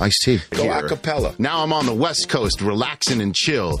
I see. Go a cappella. Now I'm on the West Coast, relaxing and chill,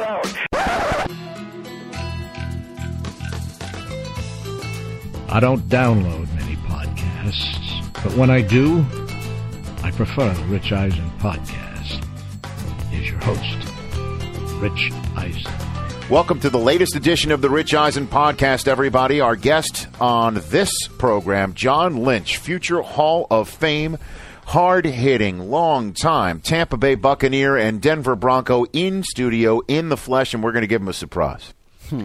out. I don't download many podcasts, but when I do, I prefer the Rich Eisen podcast. Here's your host, Rich Eisen. Welcome to the latest edition of the Rich Eisen podcast, everybody. Our guest on this program, John Lynch, future Hall of Fame, hard hitting, long time Tampa Bay Buccaneer and Denver Bronco in studio, in the flesh, and we're going to give him a surprise. We're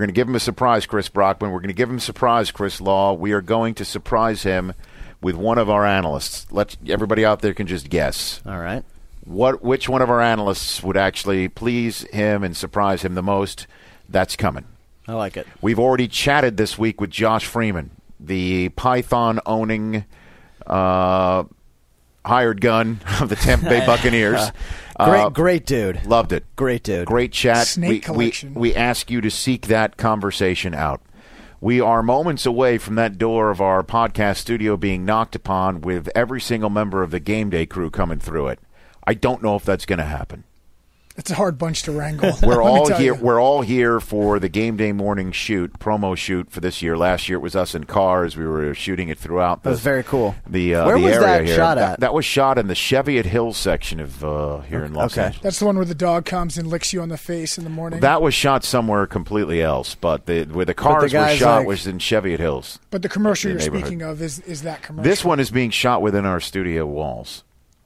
going to give him a surprise, Chris Brockman. We're going to give him a surprise, Chris Law. We are going to surprise him with one of our analysts. Let everybody out there can just guess All right. what which one of our analysts would actually please him and surprise him the most that's coming I like it. we've already chatted this week with josh freeman the python owning uh, hired gun of the tampa bay buccaneers Great, Uh, great dude. loved it Great dude. Great chat. Snake we, collection. We, we ask you to seek that conversation out. We are moments away from that door of our podcast studio being knocked upon with every single member of the game day crew coming through it. I don't know if that's going to happen. It's a hard bunch to wrangle. Let We're me all tell here. you. We're all here for the game day morning shoot promo shoot for this year. Last year it was us in cars. We were shooting it throughout. That was the- very cool. The uh, Where the was area that here. shot That- at? That, was shot in the Cheviot Hills section of uh, here in Los Okay. Angeles. That's the one where the dog comes and licks you on the face in the morning. That was shot somewhere completely else, but the where the cars were guy's shot like- was in Cheviot Hills. but the commercial the you're neighborhood. speaking of is, is that commercial. This one is being shot within our studio walls,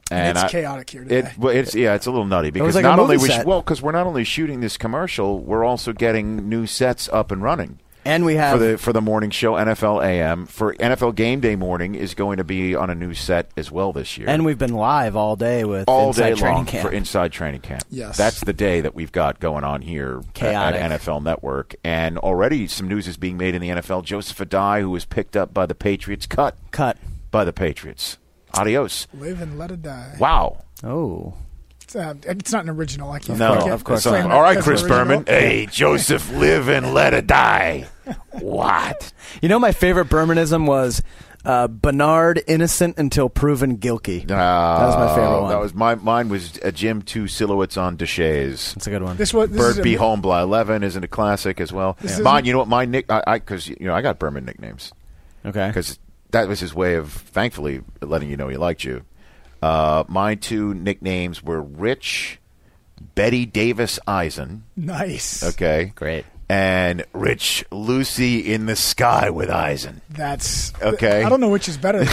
and it's I- chaotic here today. It, well, it's yeah, it's a little nutty because like a not only movie we sh- set. well, because we're not only shooting this commercial, we're also getting new sets up and running. And we have for the for the morning show NFL AM for NFL Game Day morning is going to be on a new set as well this year. and we've been live all day with all inside day training long camp. for inside training camp. Yes. that's the day that we've got going on here at- Chaotic. at NFL Network, and already some news is being made in the NFL. Joseph Adai, who was picked up by the Patriots, cut Cut. by the Patriots. Adios. Live and let it die. Wow. Oh, It's, uh, it's not an original. I can't. No, I can't of course claim not. that All right, as Chris original. Berman. Hey, Joseph, live and let it die. What? you know my favorite Bermanism was uh, Bernard innocent until proven guilty. that was my favorite Oh, one. That was my mine was a Jim two silhouettes on Deshays. That's a good one. This was this is Bird a- Be Home by Eleven isn't a classic as well. This Yeah. is- Mine, you know what? My nick, I because you know I got Berman nicknames okay. because that was his way of thankfully letting you know he liked you. Uh, my two nicknames were Rich, Betty Davis Eisen. nice. Okay, Great. and Rich Lucy in the sky with Eisen. That's Okay. I don't know which is better.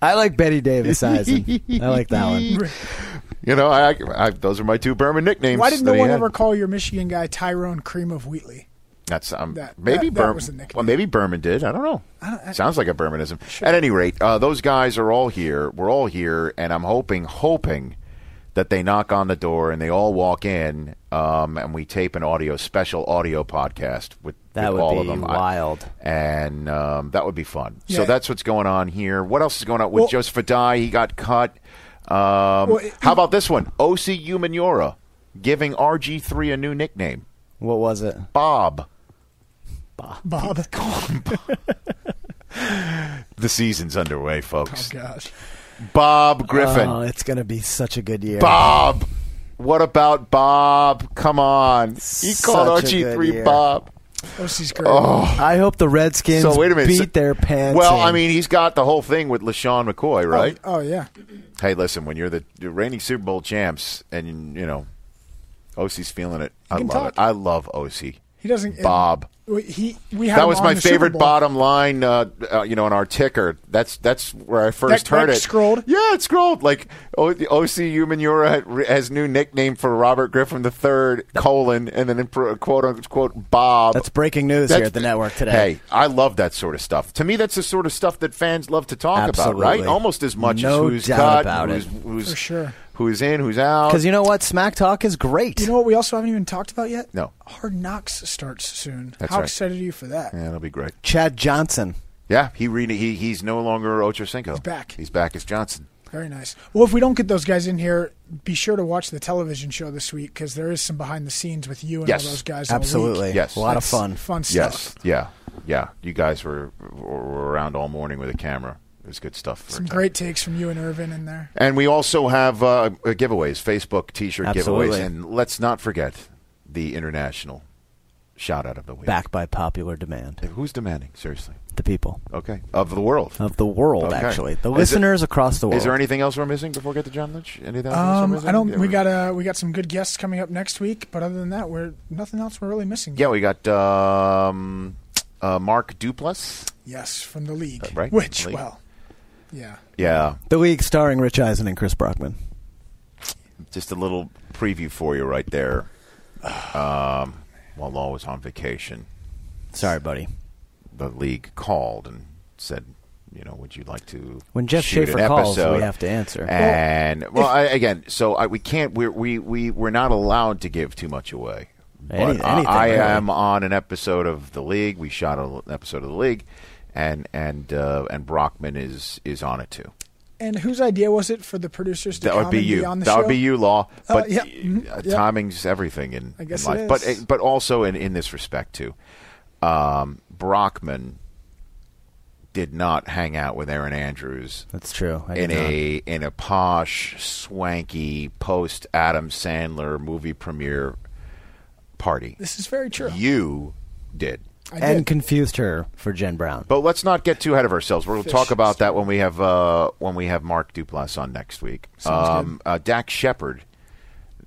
I like Betty Davis Eisen. I like that one. You know, I, I, those are my two Berman nicknames. Why did that no he one had. ever call your Michigan guy Tyrone Cream of Wheatley? That's um, That- maybe that- that Berman. was the nickname. well, maybe Berman did. I don't know. Sounds like a Bermanism. At any rate, uh, those guys are all here. We're all here, and I'm hoping, hoping that they knock on the door and they all walk in, um, and we tape an audio special audio podcast with, That with would all of be them. I- wild. and um, that would be fun. So Yeah. that's what's going on here. What else is going on with Well- Joseph Adai? He got cut. Um, Well, it- how about this one? OC Umanura giving RG three a new nickname, What was it? Bob. Bob. Oh The season's underway, folks. gosh. Bob Griffin. Oh, it's gonna be such a good year. Bob. What about Bob? Come on. He called Such a Archie good three year. Bob. OC's great. Oh, I hope the Redskins So wait a minute. beat So- their pants. Well, in. I mean, he's got the whole thing with LaShawn McCoy, right? Oh yeah. Hey, listen, when you're the the reigning Super Bowl champs and you know OC's feeling it. I can love talk. it. I love OC. He doesn't. Bob. We- He. We had That him was on my the Super favorite Bowl. bottom line, uh, uh, you know, on our ticker. That's that's where I first That- heard that it. scrolled? yeah, it scrolled. Like o- the OC Umanura has new nickname for Robert Griffin III colon and then in pro- quote unquote Bob. that's breaking news That's- here at the network today. Hey, I love that sort of stuff. To me, that's the sort of stuff that fans love to talk about, right? Absolutely. Almost as much No as who's doubt cut, about who's, it. who's For sure. who's in, who's out. uh, Because you know what? Smack talk is great. You know what we also haven't even talked about yet? No. Hard Knocks starts soon. That's How right. excited are you for that? yeah, that'll be great. Chad Johnson. Yeah, he re- he he's no longer Ocho Cinco. He's back. He's back as Johnson. Very nice. Well, if we don't get those guys in here, be sure to watch the television show this week because there is some behind the scenes with you and Yes. all those guys. all week. Absolutely. Yes. A lot That's of fun. Fun Yes. stuff. Yeah. Yeah. You guys were, were around all morning with a camera. It was good stuff. For Some great takes from you and Irvin in there. And we also have uh, giveaways, Facebook T-shirt Absolutely. giveaways, and let's not forget the international shout out of the week. Backed by popular demand. Who's demanding? Seriously. The people Okay. Of the world. of the world, Okay. actually. The Is it- listeners across the world. Is there anything else we're missing before we get to John Lynch? Anything else we're Um, missing? I don't. Yeah, We got uh we got some good guests coming up next week, but other than that, we're nothing else. We're really missing. Yeah, we got um, uh, Mark Duplass. Yes, from the league. Uh, right, Which league. well, yeah. Yeah, the league starring Rich Eisen and Chris Brockman. just a little preview for you right there. Um, while Law was on vacation, Sorry, buddy. the league called and said, you know, would you like to When Jeff shoot Schaefer an calls, we episode? have to answer. And well, I, again, so I, we can't. We're, we we we're not allowed to give too much away. But Any- I, anything, I really. am on an episode of the league. We shot a l an episode of the league, and and uh, and Brockman is is on it too. And whose idea was it for the producers to That come would be and you. on the that show? would be you, Law. Uh, But yeah, y- mhm, uh, yeah. timing's everything in, I guess in life. it But is. uh, but also in in this respect too, um, Brockman did not hang out with Aaron Andrews That's oh, true. I in did not. a in a posh, swanky post Adam Sandler movie premiere party. This is very true. You did. I did. and confused her for Jen Brown. But let's not get too ahead of ourselves. We'll Fish talk about that when we have uh, when we have Mark Duplass on next week. Sounds good. uh, Dak Shepard,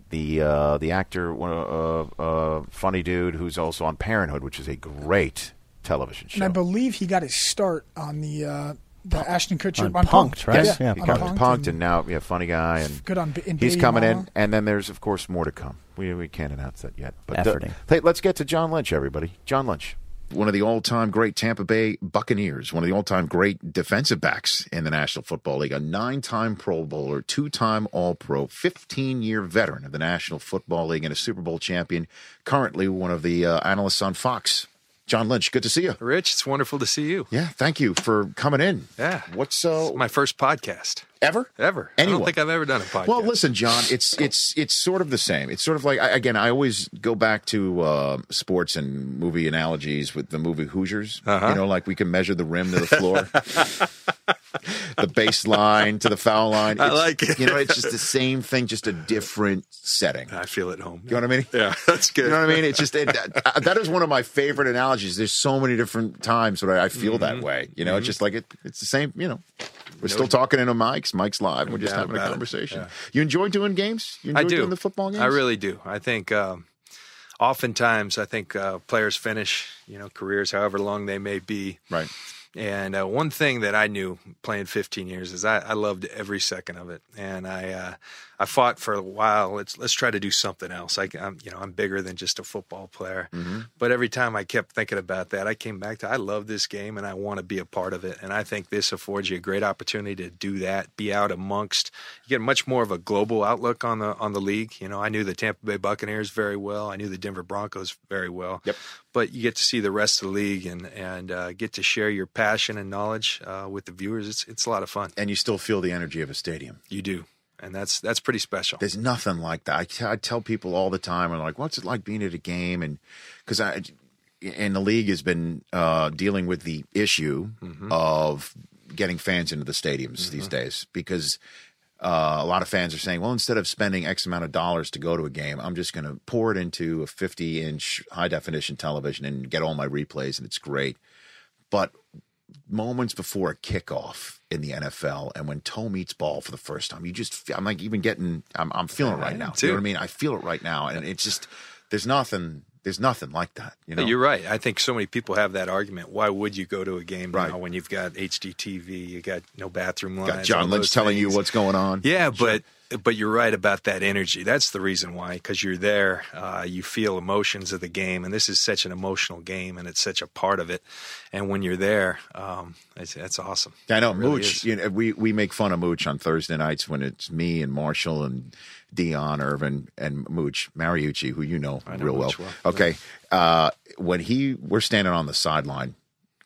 the uh, the actor, one of- uh, uh, funny dude who's also on Parenthood, which is a great television show. And I believe he got his start on the uh, the Ashton Kutcher on on Punk'd, right? Yeah, Yeah, he on got Punk'd. punked, Punk'd punked, and now yeah, funny guy, and Good on B- E and he's Baby coming in. Mama. And then there's of course more to come. We we can't announce that yet. But uh, Efforting. hey, let's get to John Lynch, everybody. John Lynch. one of the all-time great Tampa Bay Buccaneers, one of the all-time great defensive backs in the National Football League, a nine-time Pro Bowler, two-time All-Pro, 15-year veteran of the National Football League, and a Super Bowl champion. Currently, one of the uh, analysts on Fox. John Lynch, good to see you. Rich, it's wonderful to see you. Yeah, thank you for coming in. Yeah. what's uh, My first podcast ever ever. I Anyone? don't think I've ever done a podcast. Well, listen, John, it's it's it's sort of the same. It's sort of like I, again, I always go back to uh, sports and movie analogies with the movie Hoosiers. Uh-huh. You know, like we can measure the rim to the floor, the base line to the foul line. I It's- like it. You know, it's just the same thing, just a different setting. I feel at home. You know what I mean? Yeah, that's good. You know what I mean? It's just it, that, uh, that is one of my favorite analogies. There's so many different times where I feel that Mm-hmm. way. You know, it's just like it, it's the same. You know, we're still talking into mics. Mike's live. We're just doubt having a about it. conversation. Yeah. You enjoy doing games? You enjoy I do. doing the football games? I really do. I think um, oftentimes I think uh, players finish, you know, careers however long they may be. right. And uh, one thing that I knew playing 15 years is I, I loved every second of it. And I uh, I fought for a while. Let's let's try to do something else. I, am you know I'm bigger than just a football player. Mm-hmm. But every time I kept thinking about that, I came back to I love this game and I want to be a part of it. And I think this affords you a great opportunity to do that. Be out amongst. You get much more of a global outlook on the on the league. You know I knew the Tampa Bay Buccaneers very well. I knew the Denver Broncos very well. Yep but you get to see the rest of the league and and uh, get to share your passion and knowledge uh, with the viewers. It's it's a lot of fun. And you still feel the energy of a stadium. You do, and that's that's pretty special. There's nothing like that. I, t- I tell people all the time, I'm like, what's it like being at a game? And because I, and the league has been uh, dealing with the issue of getting fans into the stadiums these days because uh, a lot of fans are saying, well, instead of spending X amount of dollars to go to a game, I'm just going to pour it into a 50 inch high definition television and get all my replays, and it's great. But moments before a kickoff in the NFL and when toe meets ball for the first time, you just fe- I'm like even getting I'm I'm feeling it right now. You too. know what I mean? I feel it right now, and it's just there's nothing there's nothing like that. You know, But You're right. I think so many people have that argument. Why would you go to a game Right. now when you've got HD TV, you got no bathroom lines? got John all Lynch those telling you things? what's going on. Yeah, but but you're right about that energy. That's the reason why, because you're there, uh, you feel emotions of the game, and this is such an emotional game, and it's such a part of it. And when you're there, um, it's, that's awesome. I know It really Mooch. is. You know, we we make fun of Mooch on Thursday nights when it's me and Marshall and Dion Irvin and Mooch Mariucci, who you know, know real well. Mooch well. Okay, uh, when he we're standing on the sideline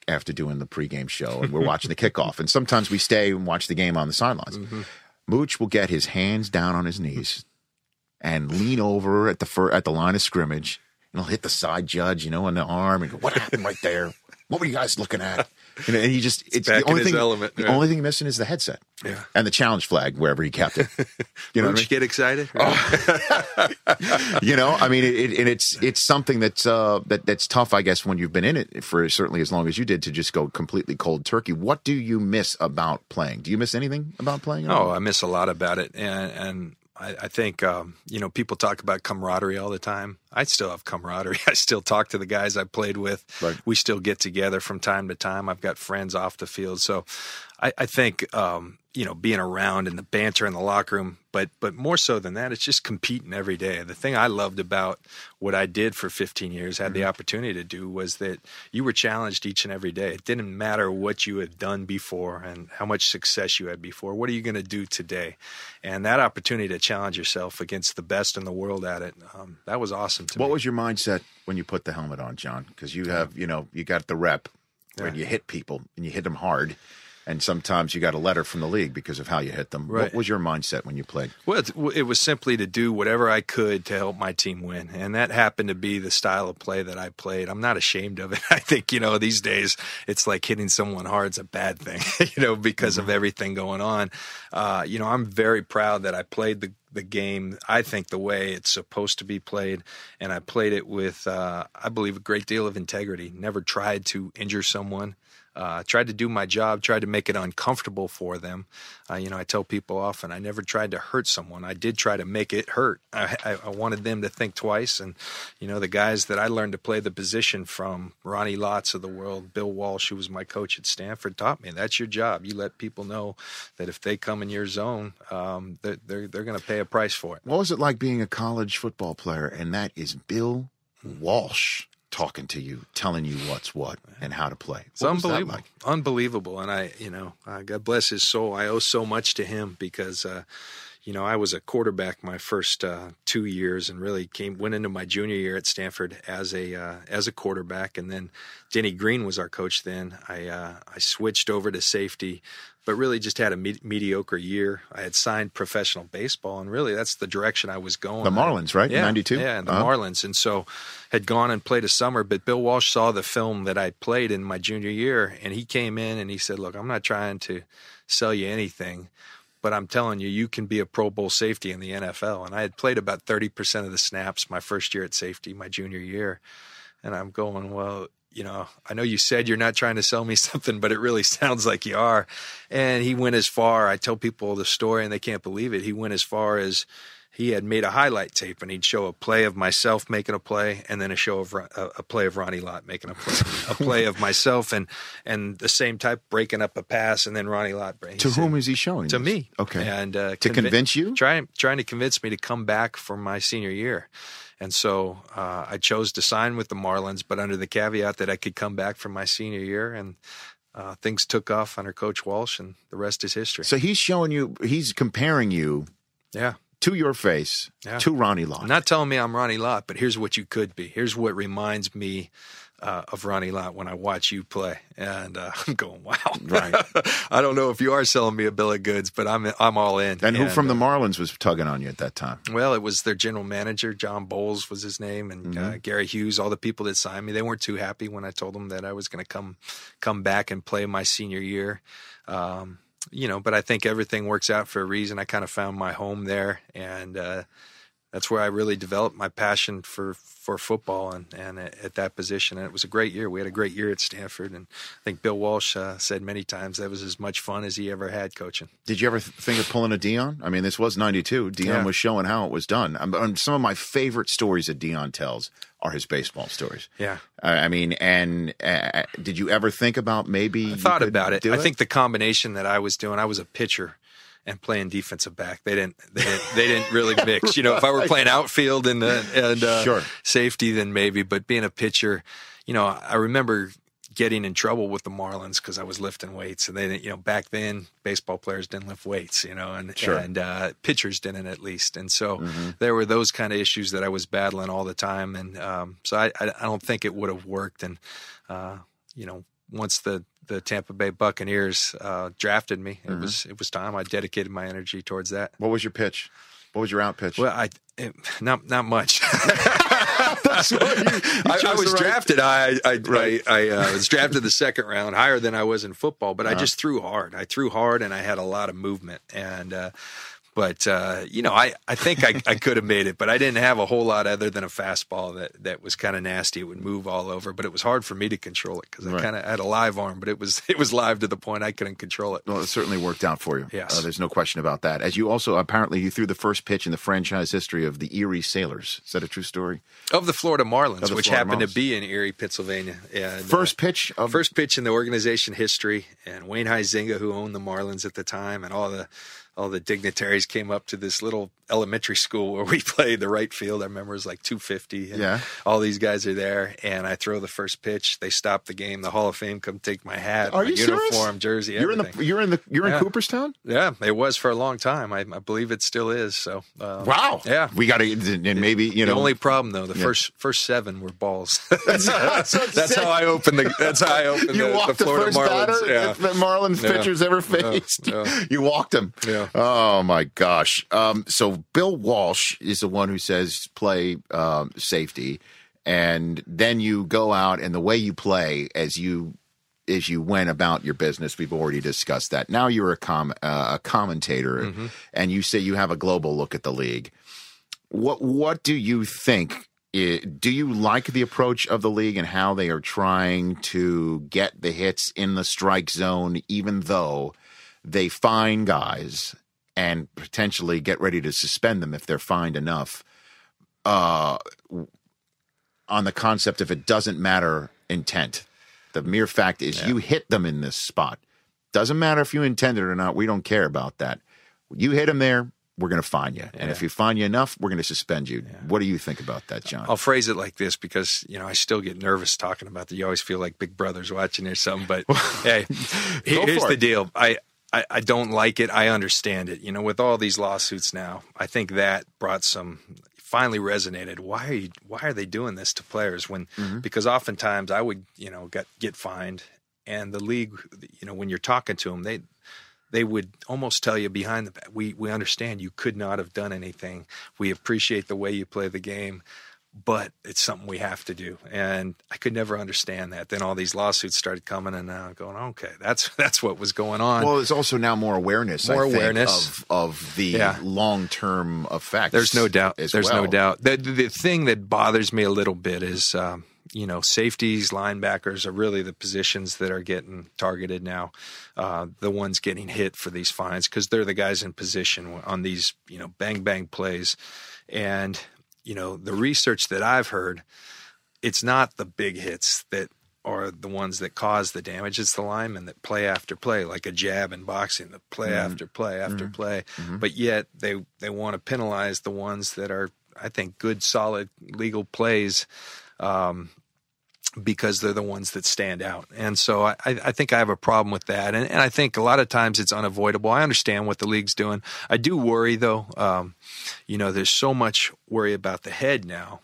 after doing the pregame show and we're watching the kickoff, and sometimes we stay and watch the game on the sidelines. Mm-hmm. Mooch will get his hands down on his knees and lean over at the fir- at the line of scrimmage, and he'll hit the side judge, you know, on the arm, and go, "What happened right there? What were you guys looking at?" You know, and he just it's, back the only in his thing element, the yeah. only thing missing is the headset, Yeah. and the challenge flag wherever he kept it. You know, what I Mooch, mean? Oh, get excited. you know, I mean, it, it, and it's it's something that's uh that that's tough, I guess, when you've been in it for certainly as long as you did to just go completely cold turkey. What do you miss about playing? Do you miss anything about playing? at all? Oh, I miss a lot about it, and and I, I think um, you know people talk about camaraderie all the time. I still have camaraderie. I still talk to the guys I played with. Right. We still get together from time to time. I've got friends off the field, so I, I think um, you know being around and the banter in the locker room. But but more so than that, it's just competing every day. The thing I loved about what I did for 15 years, had Mm-hmm. the opportunity to do, was that you were challenged each and every day. It didn't matter what you had done before and how much success you had before. What are you going to do today? And that opportunity to challenge yourself against the best in the world at it, um, that was awesome to What me. was your mindset when you put the helmet on, John? Because you have, you know, you got the rep when you hit people and you hit them hard, and sometimes you got a letter from the league because of how you hit them. What Right. was your mindset when you played? Well, it, it was simply to do whatever I could to help my team win, and that happened to be the style of play that I played. I'm not ashamed of it. I think you know these days it's like hitting someone hard is a bad thing, you know, because of everything going on. Uh, you know, I'm very proud that I played the the game. I think the way it's supposed to be played, and I played it with, uh, I believe, a great deal of integrity. Never tried to injure someone uh, tried to do my job, tried to make it uncomfortable for them. Uh, you know, I tell people often I never tried to hurt someone. I did try to make it hurt. I, I, I wanted them to think twice. And, you know, the guys that I learned to play the position from, Ronnie Lotz of the world, Bill Walsh, who was my coach at Stanford, taught me that's your job. You let people know that if they come in your zone, um, they're, they're, they're going to pay a price for it. What was it like being a college football player? And that is Bill Hmm. Walsh talking to you, telling you what's what and how to play. It's What was that unbelievable, like? unbelievable, and I, you know, uh, God bless his soul. I owe so much to him because, uh, you know, I was a quarterback my first uh, two years, and really came went into my junior year at Stanford as a uh, as a quarterback, and then Denny Green was our coach. Then I uh, I switched over to safety, but really just had a me- mediocre year. I had signed professional baseball, and really that's the direction I was going. The Marlins, right? Yeah, 92? Yeah, the Uh-huh. Marlins. And so had gone and played a summer, but Bill Walsh saw the film that I played in my junior year and he came in and he said, Look, I'm not trying to sell you anything, but I'm telling you, you can be a Pro Bowl safety in the NFL. And I had played about 30% of the snaps my first year at safety, my junior year. And I'm going, Well, you know, I know you said you're not trying to sell me something, but it really sounds like you are. And he went as far, I tell people the story and they can't believe it. He went as far as, he had made a highlight tape and he'd show a play of myself making a play and then a show of Ron- a, a play of Ronnie Lott making a play, a play of myself and and the same type breaking up a pass and then Ronnie Lott. break- he To said- whom is he showing? to this? me. Okay. And uh, To convince you? trying trying to convince me to come back for my senior year. And so uh, I chose to sign with the Marlins, but under the caveat that I could come back for my senior year. And uh, things took off under Coach Walsh, and the rest is history. so he's showing you, he's comparing you yeah. to your face Yeah. to Ronnie Lott. Not telling me I'm Ronnie Lott, but here's what you could be. Here's what reminds me uh, of Ronnie Lott when I watch you play, and uh, I'm going, wow. Right. I don't know if you are selling me a bill of goods, but I'm I'm all in. and who from the Marlins was tugging on you at that time? Well, it was their general manager, John Bowles was his name, and uh, Gary Hughes. All the people that signed me, they weren't too happy when I told them that I was going to come come back and play my senior year. Um, you know, but I think everything works out for a reason. I kind of found my home there, and uh, that's where I really developed my passion for for football and and at, at that position. And it was a great year. We had a great year at Stanford, and I think Bill Walsh uh, said many times that was as much fun as he ever had coaching. Did you ever th- think of pulling a Dion? I mean, this was '92. Dion Yeah. was showing how it was done. Um, um, some of my favorite stories that Dion tells are his baseball stories. Yeah. I I mean, and uh, did you ever think about maybe? I you thought could about it. do I think the combination that I was doing, I was a pitcher. and playing defensive back. They didn't. They didn't, they didn't really mix. You know, if I were playing outfield and uh, and uh, Sure. safety, then maybe. But being a pitcher, you know, I remember getting in trouble with the Marlins because I was lifting weights, and they didn't. You know, back then baseball players didn't lift weights. You know, and and uh, pitchers didn't at least. And so Mm-hmm. there were those kind of issues that I was battling all the time, and um, so I I I don't think it would have worked. And uh, you know, once the the Tampa Bay Buccaneers uh, drafted me, it was it was time. I dedicated my energy towards that. What was your pitch? What was your out pitch? Well, I it, not not much. I, I was drafted. I I, I, I uh, was drafted the second round, higher than I was in football. But Uh-huh. I just threw hard. I threw hard, and I had a lot of movement. And uh, but uh, you know, I, I think I, I could have made it, but I didn't have a whole lot other than a fastball that that was kind of nasty. It would move all over, but it was hard for me to control it because I kind of had a live arm, but it was it was live to the point I couldn't control it. Well, it certainly worked out for you. Yes. Uh, there's no question about that. As you also apparently you threw the first pitch in the franchise history of the Erie Sailors. Is that a true story? Of the Florida Marlins, Of the which Florida happened Marlins. to be in Erie, Pennsylvania. And, uh, First pitch of first pitch in the organization history, and Wayne Huizinga, who owned the Marlins at the time, and all the all the dignitaries came up to this little elementary school where we played the right field. I remember it was like 250. And Yeah. All these guys are there, and I throw the first pitch. They stop the game. The Hall of Fame come take my hat, Are my you serious? uniform, jersey, You're in everything. the you're in the you're Yeah. in Cooperstown? yeah, it was for a long time. I, I believe it still is. So um, Wow. yeah. We got to and maybe, you the know, only problem though, the Yeah. first first seven were balls. that's that's how I opened the. That's how I opened you the, walked the, the Florida first Marlins. batter Yeah. that the Marlins Yeah. pitchers ever Yeah. faced. Yeah. You walked him. Yeah. Oh my gosh. Um, so Bill Walsh is the one who says play um, safety, and then you go out and the way you play as you as you went about your business. We've already discussed that. Now you're a com uh, a commentator, Mm-hmm. and you say you have a global look at the league. What what do you think? i- do you like the approach of the league and how they are trying to get the hits in the strike zone, even though they fine guys and potentially get ready to suspend them if they're fined enough? Uh, w- on the concept of it doesn't matter intent. The mere fact is you hit them in this spot. Doesn't matter if you intended it or not. We don't care about that. You hit them there, we're going to fine you. And if we fine you enough, we're going to suspend you. What do you think about that, John? I'll phrase it like this because you know I still get nervous talking about that. You always feel like Big Brother's watching or something. But hey, here- here's for the it. deal. I, I I don't like it. I understand it. You know, with all these lawsuits now, I think that brought some finally resonated. Why are you? Why are they doing this to players? When Mm-hmm. because oftentimes I would you know get get fined, and the league, you know, when you're talking to them, they they would almost tell you behind the back, we we understand you could not have done anything. We appreciate the way you play the game, but it's something we have to do. And I could never understand that. Then all these lawsuits started coming, and now I'm going, okay, that's that's what was going on. well, there's also now more awareness, I More think, awareness. of, of the Yeah. long-term effects. There's no doubt. as There's no well. doubt. The, the the thing that bothers me a little bit is, um, you know, safeties, linebackers are really the positions that are getting targeted now. Uh, the ones getting hit for these fines because they're the guys in position on these, you know, bang bang plays, and you know the research that I've heard, it's not the big hits that. Are the ones that cause the damage. It's the linemen that play after play, like a jab in boxing, the play after play after play. But yet they they want to penalize the ones that are, I think, good, solid legal plays um, because they're the ones that stand out. And so I, I I think I have a problem with that. And, and I think a lot of times it's unavoidable. I understand what the league's doing. I do worry, though. Um, you know, there's so much worry about the head now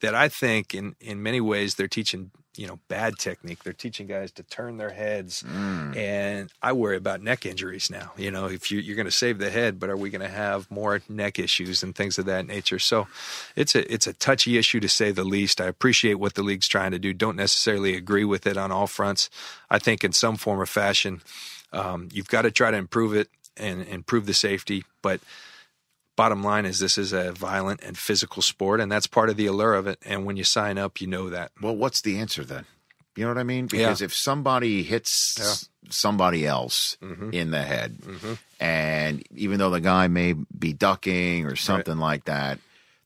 that I think in, in many ways they're teaching, you know, bad technique. They're teaching guys to turn their heads. And I worry about neck injuries now. You know, if you, you're going to save the head, but are we going to have more neck issues and things of that nature? So it's a, it's a touchy issue to say the least. I appreciate what the league's trying to do. Don't necessarily agree with it on all fronts. I think in some form or fashion, um, you've got to try to improve it and improve the safety, but bottom line is this is a violent and physical sport and that's part of the allure of it and when you sign up you know that Well, what's the answer then? You know what I mean? Because if somebody hits somebody else in the head, and even though the guy may be ducking or something like that,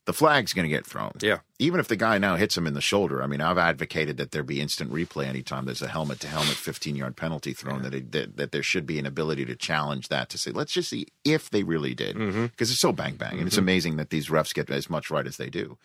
the flag's going to get thrown. Yeah. Even if the guy now hits him in the shoulder, I mean, I've advocated that there be instant replay anytime there's a helmet to helmet 15 yard penalty thrown, that, it, that that there should be an ability to challenge that to say, let's just see if they really did. Because it's so bang bang. And it's amazing that these refs get as much right as they do.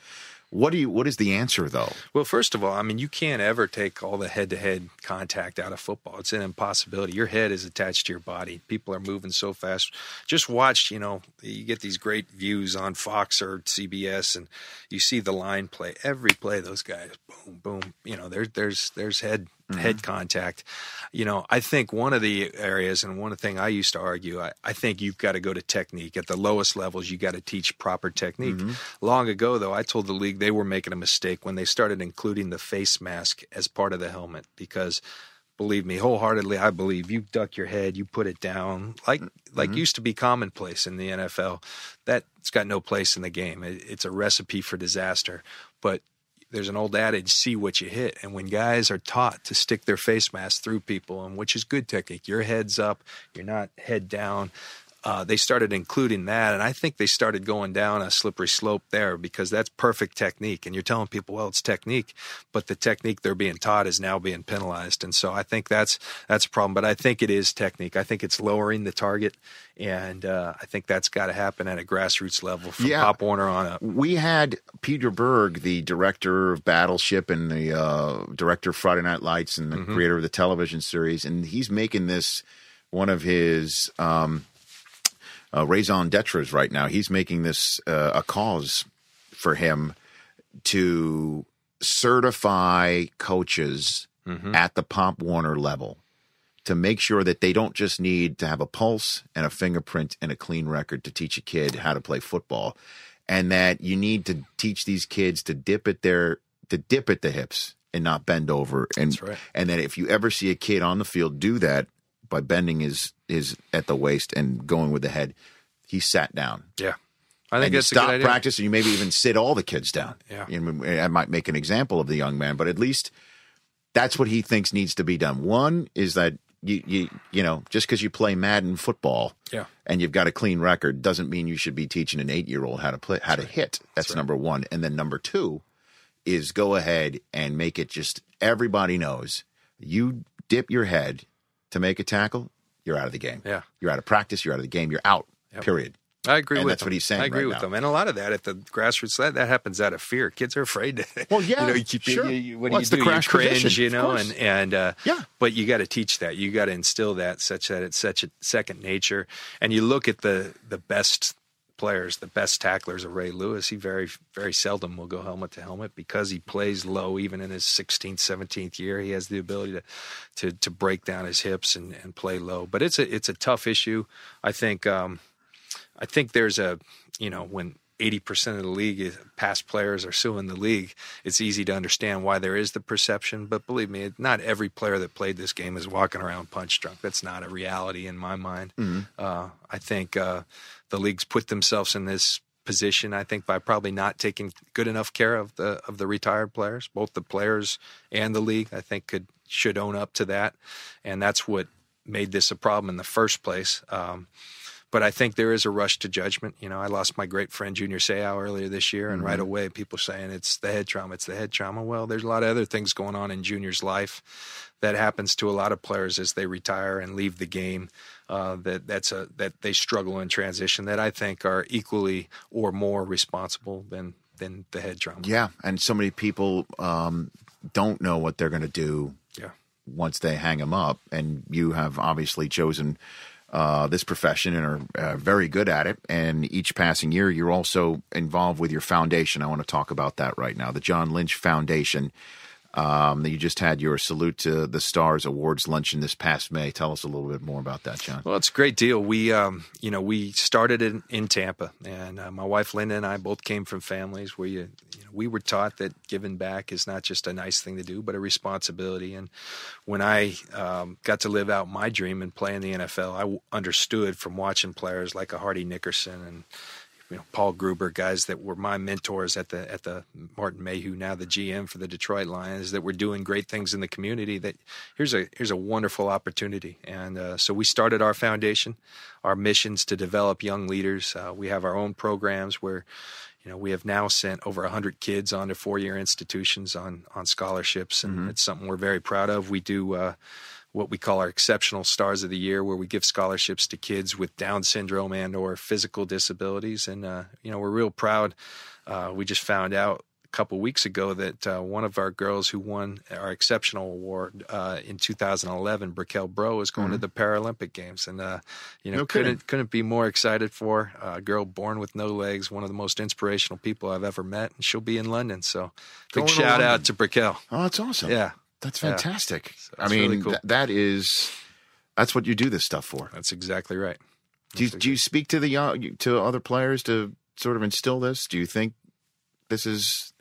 What do you? What is the answer though? Well, first of all, I mean, you can't ever take all the head to head contact out of football. It's an impossibility. Your head is attached to your body. People are moving so fast. Just watch, you know, you get these great views on Fox or CBS and you see the line play. Every play, those guys, boom, boom, you know, there, there's, there's head. Head contact, you know. I think one of the areas and one thing I used to argue, I, I think you've got to go to technique at the lowest levels. You got to teach proper technique. Long ago, though, I told the league they were making a mistake when they started including the face mask as part of the helmet because believe me wholeheartedly i believe you duck your head you put it down like like used to be commonplace in the nfl that's got no place in the game it, it's a recipe for disaster but there's an old adage see what you hit and when guys are taught to stick their face mask through people and which is good technique your head's up you're not head down uh, they started including that and i think they started going down a slippery slope there because that's perfect technique and you're telling people well it's technique but the technique they're being taught is now being penalized and so i think that's that's a problem but i think it is technique i think it's lowering the target and uh, i think that's got to happen at a grassroots level from Yeah. pop warner on up we had Peter Berg, the director of Battleship and the uh, director of Friday Night Lights and the creator of the television series, and he's making this one of his um, uh, raison d'etres right now. He's making this uh, a cause for him to certify coaches at the Pop Warner level to make sure that they don't just need to have a pulse and a fingerprint and a clean record to teach a kid how to play football and that you need to teach these kids to dip at their to dip at the hips and not bend over and That's right. and that if you ever see a kid on the field do that by bending his his at the waist and going with the head he sat down yeah i and think you that's a stop good idea. practice and you maybe even sit all the kids down. Yeah. You know, I might make an example of the young man, but at least that's what he thinks needs to be done. One is that you you you know just because you play Madden football Yeah. and you've got a clean record doesn't mean you should be teaching an eight year old how to play how to hit. That's, number one, and then number two is go ahead and make it just everybody knows you dip your head to make a tackle, you're out of the game. Yeah. you're out of practice. You're out of the game. You're out. Period. I agree And with that's them. what he's saying I agree right with now. them, and a lot of that at the grassroots that, that happens out of fear. Kids are afraid to. Well, yeah, you know, you keep, sure. You, you, what Well, do it's you the do? crash you cringe, position, you of know, course. and and uh, Yeah. But you got to teach that. You got to instill that, such that it's such a second nature. And you look at the the best players, the best tacklers of Ray Lewis. He very very seldom will go helmet to helmet because he plays low. Even in his 16th, 17th year, he has the ability to to to break down his hips and and play low. But it's a it's a tough issue. I think. Um, I think there's a, you know, when 80% of the league is past players are suing the league, it's easy to understand why there is the perception. But believe me, not every player that played this game is walking around punch drunk. That's not a reality in my mind. Uh, I think uh, the league's put themselves in this position. I think by probably not taking good enough care of the of the retired players, both the players and the league. I think could should own up to that, and that's what made this a problem in the first place. Um, but I think there is a rush to judgment. You know, I lost my great friend Junior Seau earlier this year, and right away people saying it's the head trauma, it's the head trauma. Well, there's a lot of other things going on in Junior's life that happens to a lot of players as they retire and leave the game. Uh, that that's a that they struggle in transition that I think are equally or more responsible than than the head trauma. Yeah, and so many people um, don't know what they're going to do Yeah. once they hang them up, and you have obviously chosen uh, this profession and are uh, very good at it. And each passing year, you're also involved with your foundation. I want to talk about that right now, the John Lynch Foundation. Um, you just had your salute to the stars awards luncheon this past May. Tell us a little bit more about that, John. Well, it's a great deal. We, um, you know, we started in, in Tampa, and uh, my wife Linda and I both came from families where you, you know, we were taught that giving back is not just a nice thing to do, but a responsibility. And when I um, got to live out my dream and play in the NFL, I w- understood from watching players like a Hardy Nickerson and you know Paul Gruber, guys that were my mentors at the at the Martin Mayhew, now the GM for the Detroit Lions, that were doing great things in the community. That here's a here's a wonderful opportunity, and uh, so we started our foundation, our missions to develop young leaders. Uh, we have our own programs where. you you know, we have now sent over 100 kids onto four-year institutions on on scholarships, and it's something we're very proud of. We do uh, what we call our exceptional stars of the year, where we give scholarships to kids with Down syndrome and or physical disabilities, and uh, you know, we're real proud. Uh, we just found out a couple weeks ago that uh, one of our girls who won our exceptional award uh, in 2011, Briquel Bro, is going to the Paralympic Games, and uh, you Mm-hmm. know No kidding. couldn't couldn't be more excited for her. a girl born with no legs, one of the most inspirational people I've ever met, and she'll be in London. So big Going to shout London. out to Briquel. Oh, that's awesome. Yeah. That's Yeah. fantastic. I that's mean, really cool. th- that is that's what you do this stuff for. That's exactly right. Do you, do you speak to the young, to other players to sort of instill this? Do you think this is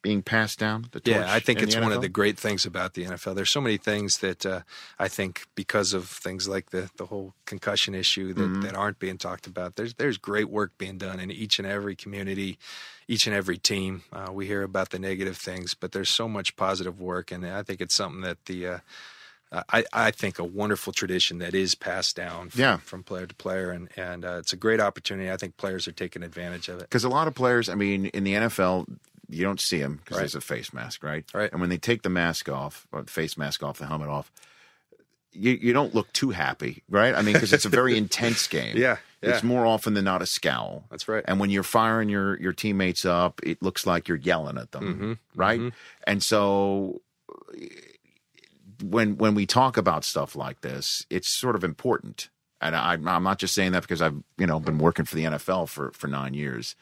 being passed down? The torch Yeah, I think in it's the one NFL? of the great things about the NFL. There's so many things that uh, I think because of things like the the whole concussion issue that, Mm-hmm. that aren't being talked about. There's there's great work being done in each and every community, each and every team. Uh, we hear about the negative things, but there's so much positive work, and I think it's something that the uh, I, I think a wonderful tradition that is passed down from, Yeah. from player to player, and and uh, it's a great opportunity. I think players are taking advantage of it. because a lot of players, I mean, in the NFL, you don't see them because there's a face mask, right? Right. And when they take the mask off, or the face mask off, the helmet off, you you don't look too happy, right? I mean, because it's a very intense game. Yeah, yeah. It's more often than not a scowl. That's right. And when you're firing your your teammates up, it looks like you're yelling at them, Mm-hmm, right? And so when when we talk about stuff like this, it's sort of important. And I, I'm not just saying that because I've you know been working for the NFL for for nine years.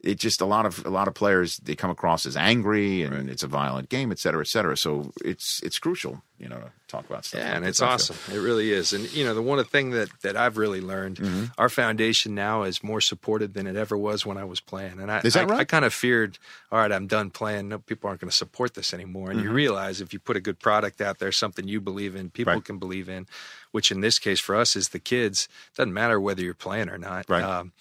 It just a lot of a lot of players they come across as angry and it's a violent game, et cetera, et cetera. So it's it's crucial, you know, to talk about stuff. Yeah, like and this, it's I feel. awesome. It really is. And you know, the one thing that that I've really learned, Mm-hmm. our foundation now is more supported than it ever was when I was playing. And I, Is that I, right? I kind of feared, all right, I'm done playing. No, people aren't going to support this anymore. Mm-hmm. And you realize if you put a good product out there, something you believe in, people Right. can believe in, which in this case for us is the kids. Doesn't matter whether you're playing or not. Right. Um,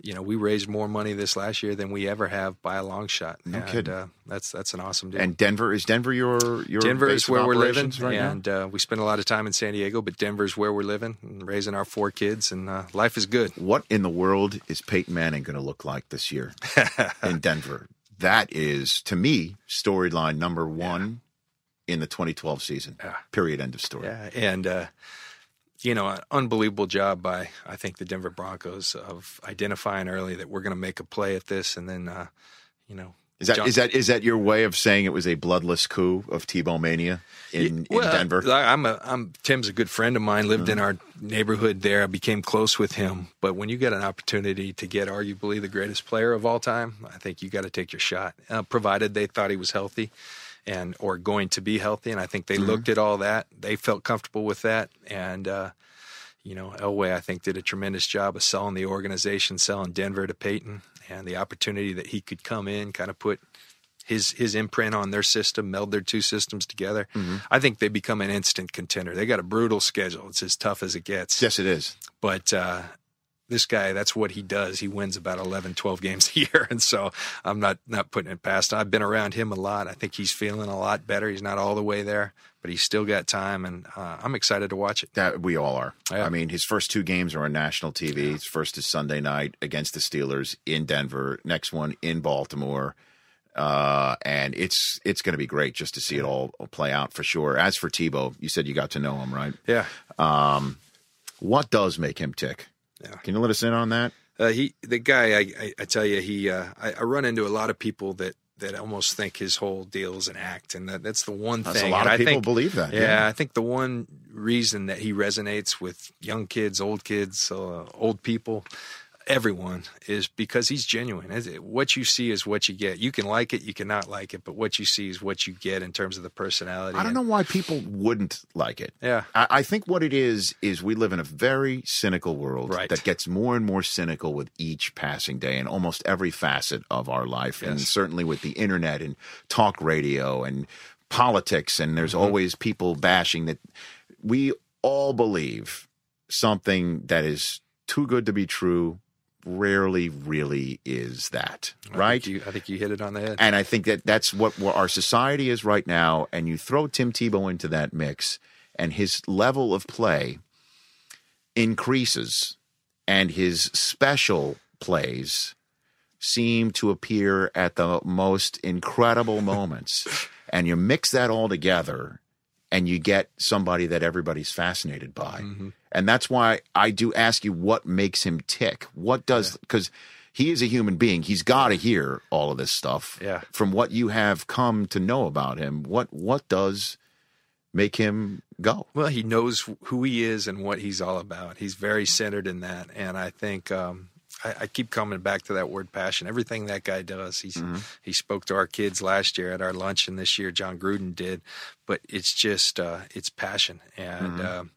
you know, we raised more money this last year than we ever have by a long shot. No and, kidding. Uh, that's that's an awesome deal. And Denver is Denver your your Denver base is of where we're living, operations right now? and uh, we spend a lot of time in San Diego, but Denver's where we're living and raising our four kids, and uh, life is good. what in the world is Peyton Manning going to look like this year in Denver? That is, to me, storyline number one in the 2012 season. Period. End of story. Yeah, and uh, you know, an unbelievable job by I think the Denver Broncos of identifying early that we're going to make a play at this, and then uh, you know, Is that is John- that is that your way of saying it was a bloodless coup of Tebow mania in, in Well, Denver? Mm-hmm. I- I'm a I'm Tim's a good friend of mine. Lived in our neighborhood there. I became close with him. But when you get an opportunity to get arguably the greatest player of all time, I think you got to take your shot. Uh, provided they thought he was healthy, and or going to be healthy, and I think they Mm-hmm. looked at all that. They felt comfortable with that, and. Uh, you know, Elway, I think, did a tremendous job of selling the organization, selling Denver to Peyton, and the opportunity that he could come in, kind of put his his imprint on their system, meld their two systems together. I think they become an instant contender. They got a brutal schedule; it's as tough as it gets. yes, it is. But uh, this guy, that's what he does. He wins about 11, 12 games a year, and so I'm not not putting it past. I've been around him a lot. I think he's feeling a lot better. He's not all the way there, but he's still got time, and uh, I'm excited to watch it. That we all are. Yeah. I mean, his first two games are on national TV. His first is Sunday night against the Steelers in Denver. Next one in Baltimore. Uh, and it's it's going to be great just to see it all play out for sure. As for Tebow, you said you got to know him, right? Yeah. What does make him tick? Can you let us in on that? Uh, he, the guy, I, I, I tell you, he, uh, I, I run into a lot of people that that almost think his whole deal is an act, and that, that's the one That's a thing. lot and of I people think- believe that, Yeah, yeah. I think the one reason that he resonates with young kids, old kids, uh, old people. Everyone is because he's genuine. Is it- What you see is what you get. You can like it, you cannot like it, but what you see is what you get in terms of the personality. I don't And- know why people wouldn't like it. Yeah. I, I think what it is is we live in a very cynical world Right. that gets more and more cynical with each passing day in almost every facet of our life, and Yes. certainly with the internet and talk radio and politics. And there's always people bashing that we all believe something that is too good to be true. Rarely, really is that I right? think you, I think you hit it on the head. And I think that that's what, what our society is right now. And you throw Tim Tebow into that mix, and his level of play increases, and his special plays seem to appear at the most incredible moments. and you mix that all together and you get somebody that everybody's fascinated by. And that's why I do ask you what makes him tick. What does, because he is a human being. He's got to hear all of this stuff. Yeah. From what you have come to know about him, what what does make him go? Well, he knows who he is and what he's all about. He's very centered in that, and I think um, I, I keep coming back to that word passion. Everything that guy does, he's he spoke to our kids last year at our luncheon this year. John Gruden did, but it's just uh, it's passion, and um,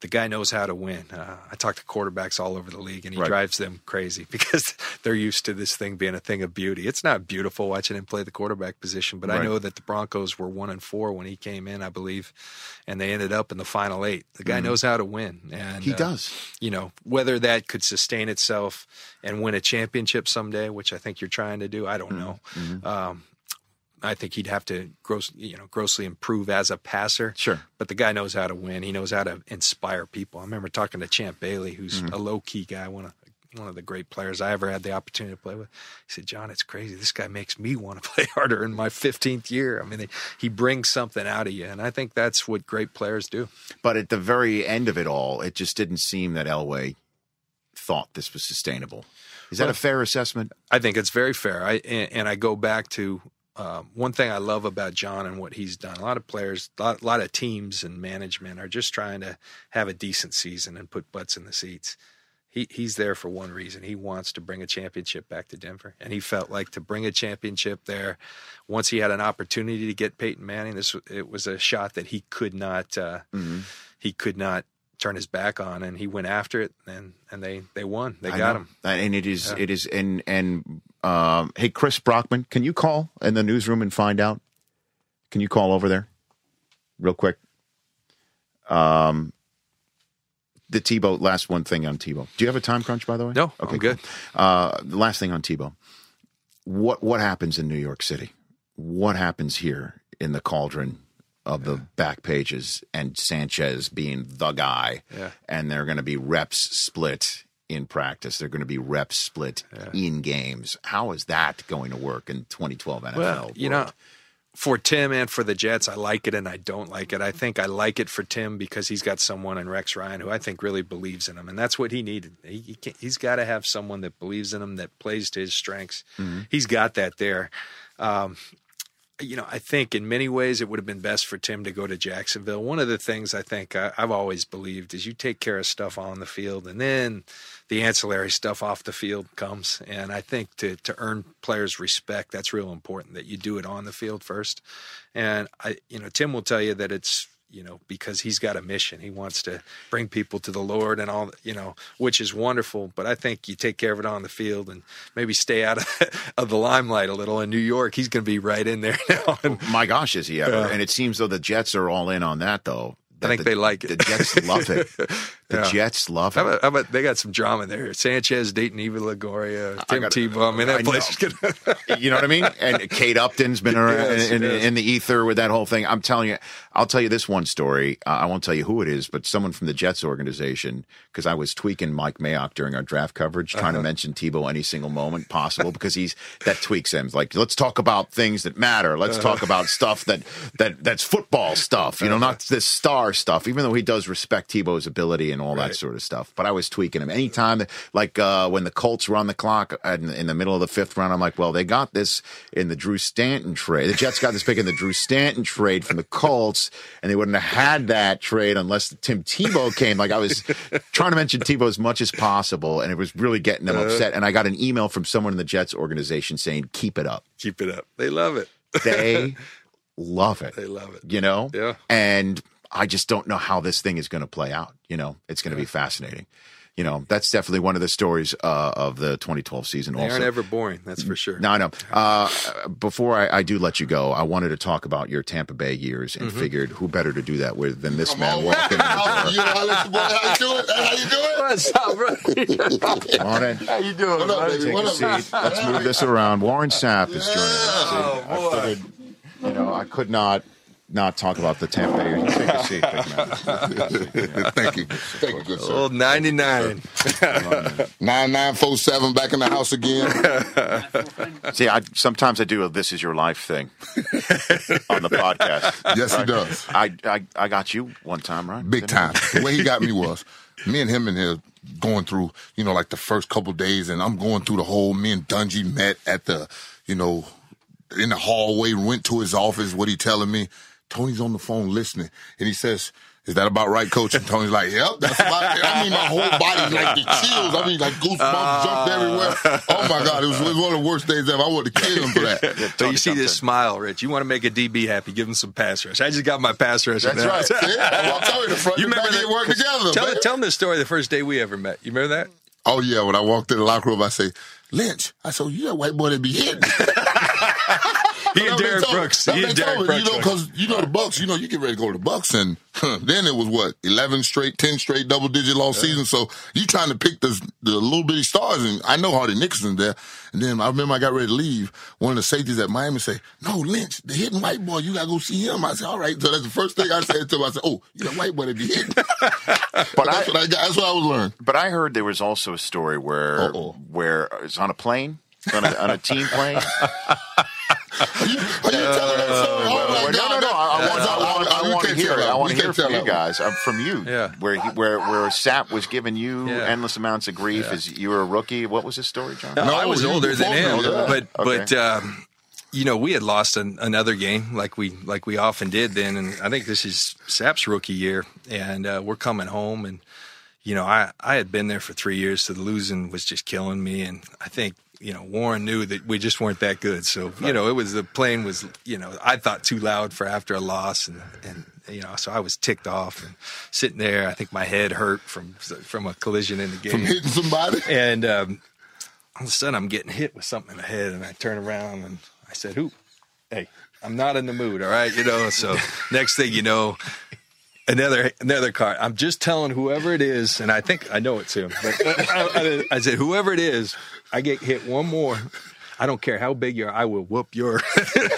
the guy knows how to win. Uh, I talk to quarterbacks all over the league, and he Right. drives them crazy because they're used to this thing being a thing of beauty. It's not beautiful watching him play the quarterback position, but I know that the Broncos were one and four when he came in, I believe, and they ended up in the final eight. The guy knows how to win, and He uh, does. You know whether that could sustain itself and win a championship someday, which I think you're trying to do. I don't know. Um, I think he'd have to gross, you know, grossly improve as a passer. Sure. But the guy knows how to win. He knows how to inspire people. I remember talking to Champ Bailey, who's a low key guy, one of one of the great players I ever had the opportunity to play with. He said, "John, it's crazy. This guy makes me want to play harder in my 15th year. I mean, he- he brings something out of you, and I think that's what great players do." But at the very end of it all, it just didn't seem that Elway thought this was sustainable. Is that a fair assessment? I think it's very fair. I and, and I go back to um, one thing I love about John and what he's done. A lot of players, a lot, lot of teams and management are just trying to have a decent season and put butts in the seats. He he's there for one reason. He wants to bring a championship back to Denver, and he felt like to bring a championship there. Once he had an opportunity to get Peyton Manning, this w- it was a shot that he could not uh, Mm-hmm. he could not turn his back on, and he went after it, and and they they won. They I got know. him. Uh, And it is, it is, and, and, um, hey, Chris Brockman, can you call in the newsroom and find out? Can you call over there real quick? Um, the Tebow, last one thing on Tebow. Do you have a time crunch, by the way? No, I'm good. cool. Uh, the last thing on Tebow. What, what happens in New York City? What happens here in the cauldron of the back pages and Sanchez being the guy? Yeah. and they're going to be reps split in practice. They're going to be reps split in games. How is that going to work in 2012 NFL? Well, you world? know, for Tim and for the Jets, I like it and I don't like it. I think I like it for Tim because he's got someone in Rex Ryan who I think really believes in him, and that's what he needed. He, he can't, he's got to have someone that believes in him, that plays to his strengths. He's got that there. Um, you know, I think in many ways it would have been best for Tim to go to Jacksonville. One of the things I think I, I've always believed is you take care of stuff on the field, and then the ancillary stuff off the field comes. And I think to to earn players' respect, that's real important that you do it on the field first. And I, you know, Tim will tell you that it's you know because he's got a mission he wants to bring people to the lord and all you know which is wonderful but i think you take care of it on the field and maybe stay out of, of the limelight a little in new york he's going to be right in there now and my gosh, is he ever? And it seems though the Jets are all in on that though. That think the- they like it. The Jets love it. The Yeah. Jets love it. How about, how about they got some drama there? Sanchez dating Eva Longoria, Tim gotta- Tebow. I mean, I that place is gonna. you know what I mean? And Kate Upton's been around Yes, in, in, yes. in the ether with that whole thing. I'm telling you, I'll tell you this one story. Uh, I won't tell you who it is, but someone from the Jets organization, because I was tweaking Mike Mayock during our draft coverage, trying Uh-huh. to mention Tebow any single moment possible, because he's that tweaks him. Like, let's talk about things that matter. Let's talk Uh-huh. about stuff that that that's football stuff. You know, not Uh-huh. this star stuff. Even though he does respect Tebow's ability and all that sort of stuff, but I was tweaking him anytime. That, like uh, when the Colts were on the clock in, in the middle of the fifth round, I'm like, well, they got this in the Drew Stanton trade. The Jets got this pick in the Drew Stanton trade from the Colts, and they wouldn't have had that trade unless Tim Tebow came. Like I was trying to mention Tebow as much as possible, and it was really getting them upset. And I got an email from someone in the Jets organization saying, "Keep it up." Keep it up. They love it. They love it They love it. you know? Yeah. And I just don't know how this thing is going to play out. You know, it's going to be fascinating. You know, that's definitely one of the stories uh, of the 2012 season. They also, aren't ever boring. That's for sure. no, I know. Uh, before I, I do let you go, I wanted to talk about your Tampa Bay years Mm-hmm. and figured who better to do that with than this man walking in How the you know how this boy? How you doing? How you doing? What's up, bro? door. Warren, How you Oh, doing? What up, baby? take What a up? seat. Let's oh, move this around. Warren Sapp is joining us. Yeah. I figured, you know, I could not not talk about the Tampa Bay. You take a seat, big man. Thank you. Thank you, good sir. Old 99. 9947 back in the house again. See, I sometimes I do a "This Is Your Life" thing on the podcast. Yes, he does. I, I I got you one time, right? Big Didn't I? time. The way he got me was me and him in here going through, you know, like the first couple days, and I'm going through the whole me and Dungy met at the, you know, in the hallway, went to his office. What he telling me? Tony's on the phone listening, and he says, "Is that about right, Coach?" And Tony's like, "Yep, that's about." It. I mean, my whole body like the chills. I mean, like goosebumps jumped Uh, everywhere. Oh my god, it was, it was one of the worst days ever. I wanted to kill him for that. So you see this smile, Rich. You want to make a DB happy, give him some pass rush. I just got my pass rush. That's right. See? I'm telling you, the front You and back remember end that- work together. Tell, baby. tell them the story of the first day we ever met. You remember that? Oh yeah, when I walked in the locker room, I say, Lynch. I said, you that white boy that be hitting. He and Derek Brooks. He and Derek Brooks. You know, because you know the Bucks. You know, you get ready to go to the Bucks, and huh, then it was what eleven straight, ten straight double digit loss season. So you trying to pick the the little bitty stars, and I know Hardy Nixon's there. And then I remember I got ready to leave. One of the safeties at Miami say, "No, Lynch, the hitting white boy. You gotta go see him." I said, "All right." So that's the first thing I said to him. I said, "Oh, you that white boy that be hitting." But that's what I I got. That's what I was learning. but I heard there was also a story where Uh-oh. where uh, it's on a plane on a, on a team plane. Are you, are you telling that story? Oh, my Uh, Well, no, no, God. no. I, I want, That's- I want, I you want to can't hear it. tell that. I want to We hear can't from tell you that. guys. Um, from you, Yeah. where he, where where Sap was giving you Yeah. endless amounts of grief as you were a rookie. What was his story, John? No, No, I was you- older you than both him, know that. but Okay. but um, you know we had lost an, another game like we like we often did then, and I think this is Sap's rookie year, and uh, we're coming home, and you know I I had been there for three years, so the losing was just killing me, and I think. You know, Warren knew that we just weren't that good. So, you know, it was the plane was, you know, I thought too loud for after a loss. And, and, you know, so I was ticked off and sitting there. I think my head hurt from, from a collision in the game. From hitting somebody. And um, all of a sudden, I'm getting hit with something in the head, and I turn around and I said, "Who? Hey, I'm not in the mood, all right? You know." So next thing you know, another another car. I'm just telling whoever it is, and I think I know it's him. But I, I- I said, "Whoever it is, I get hit one more. I don't care how big you are. I will whoop your."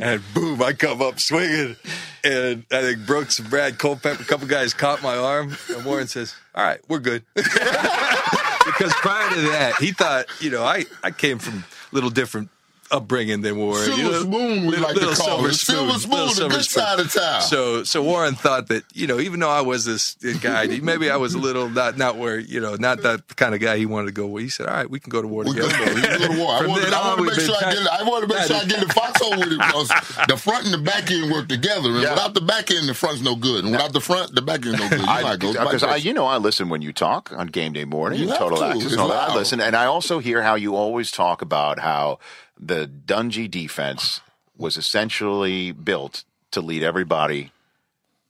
and boom, I come up swinging. And I think Brooks, Brad, Culpepper, a couple guys caught my arm. And Warren says, All right, we're good. because prior to that, he thought, you know, I, I came from a little different upbringing than Warren. Silver you know? spoon, we like to call silver it. Silver spoon, little the silver good side of town. So, so Warren thought that, you know, even though I was this guy, maybe I was a little not, not where, you know, not that kind of guy he wanted to go with. He said, All right, we can go to war We go together. to- we go to war. I From want then on, to we've make sure been I tight. get. I want to make sure I get the foxhole with it because the front and the back end work together. And Yeah. without the back end, the front's no good. And without the front, the back end no good. You I, might go. back because I, there. you know, I listen when you talk on game day morning, and You have total to. access, It's and all that. I loud. listen, and I also hear how you always talk about how the Dungy defense was essentially built to lead everybody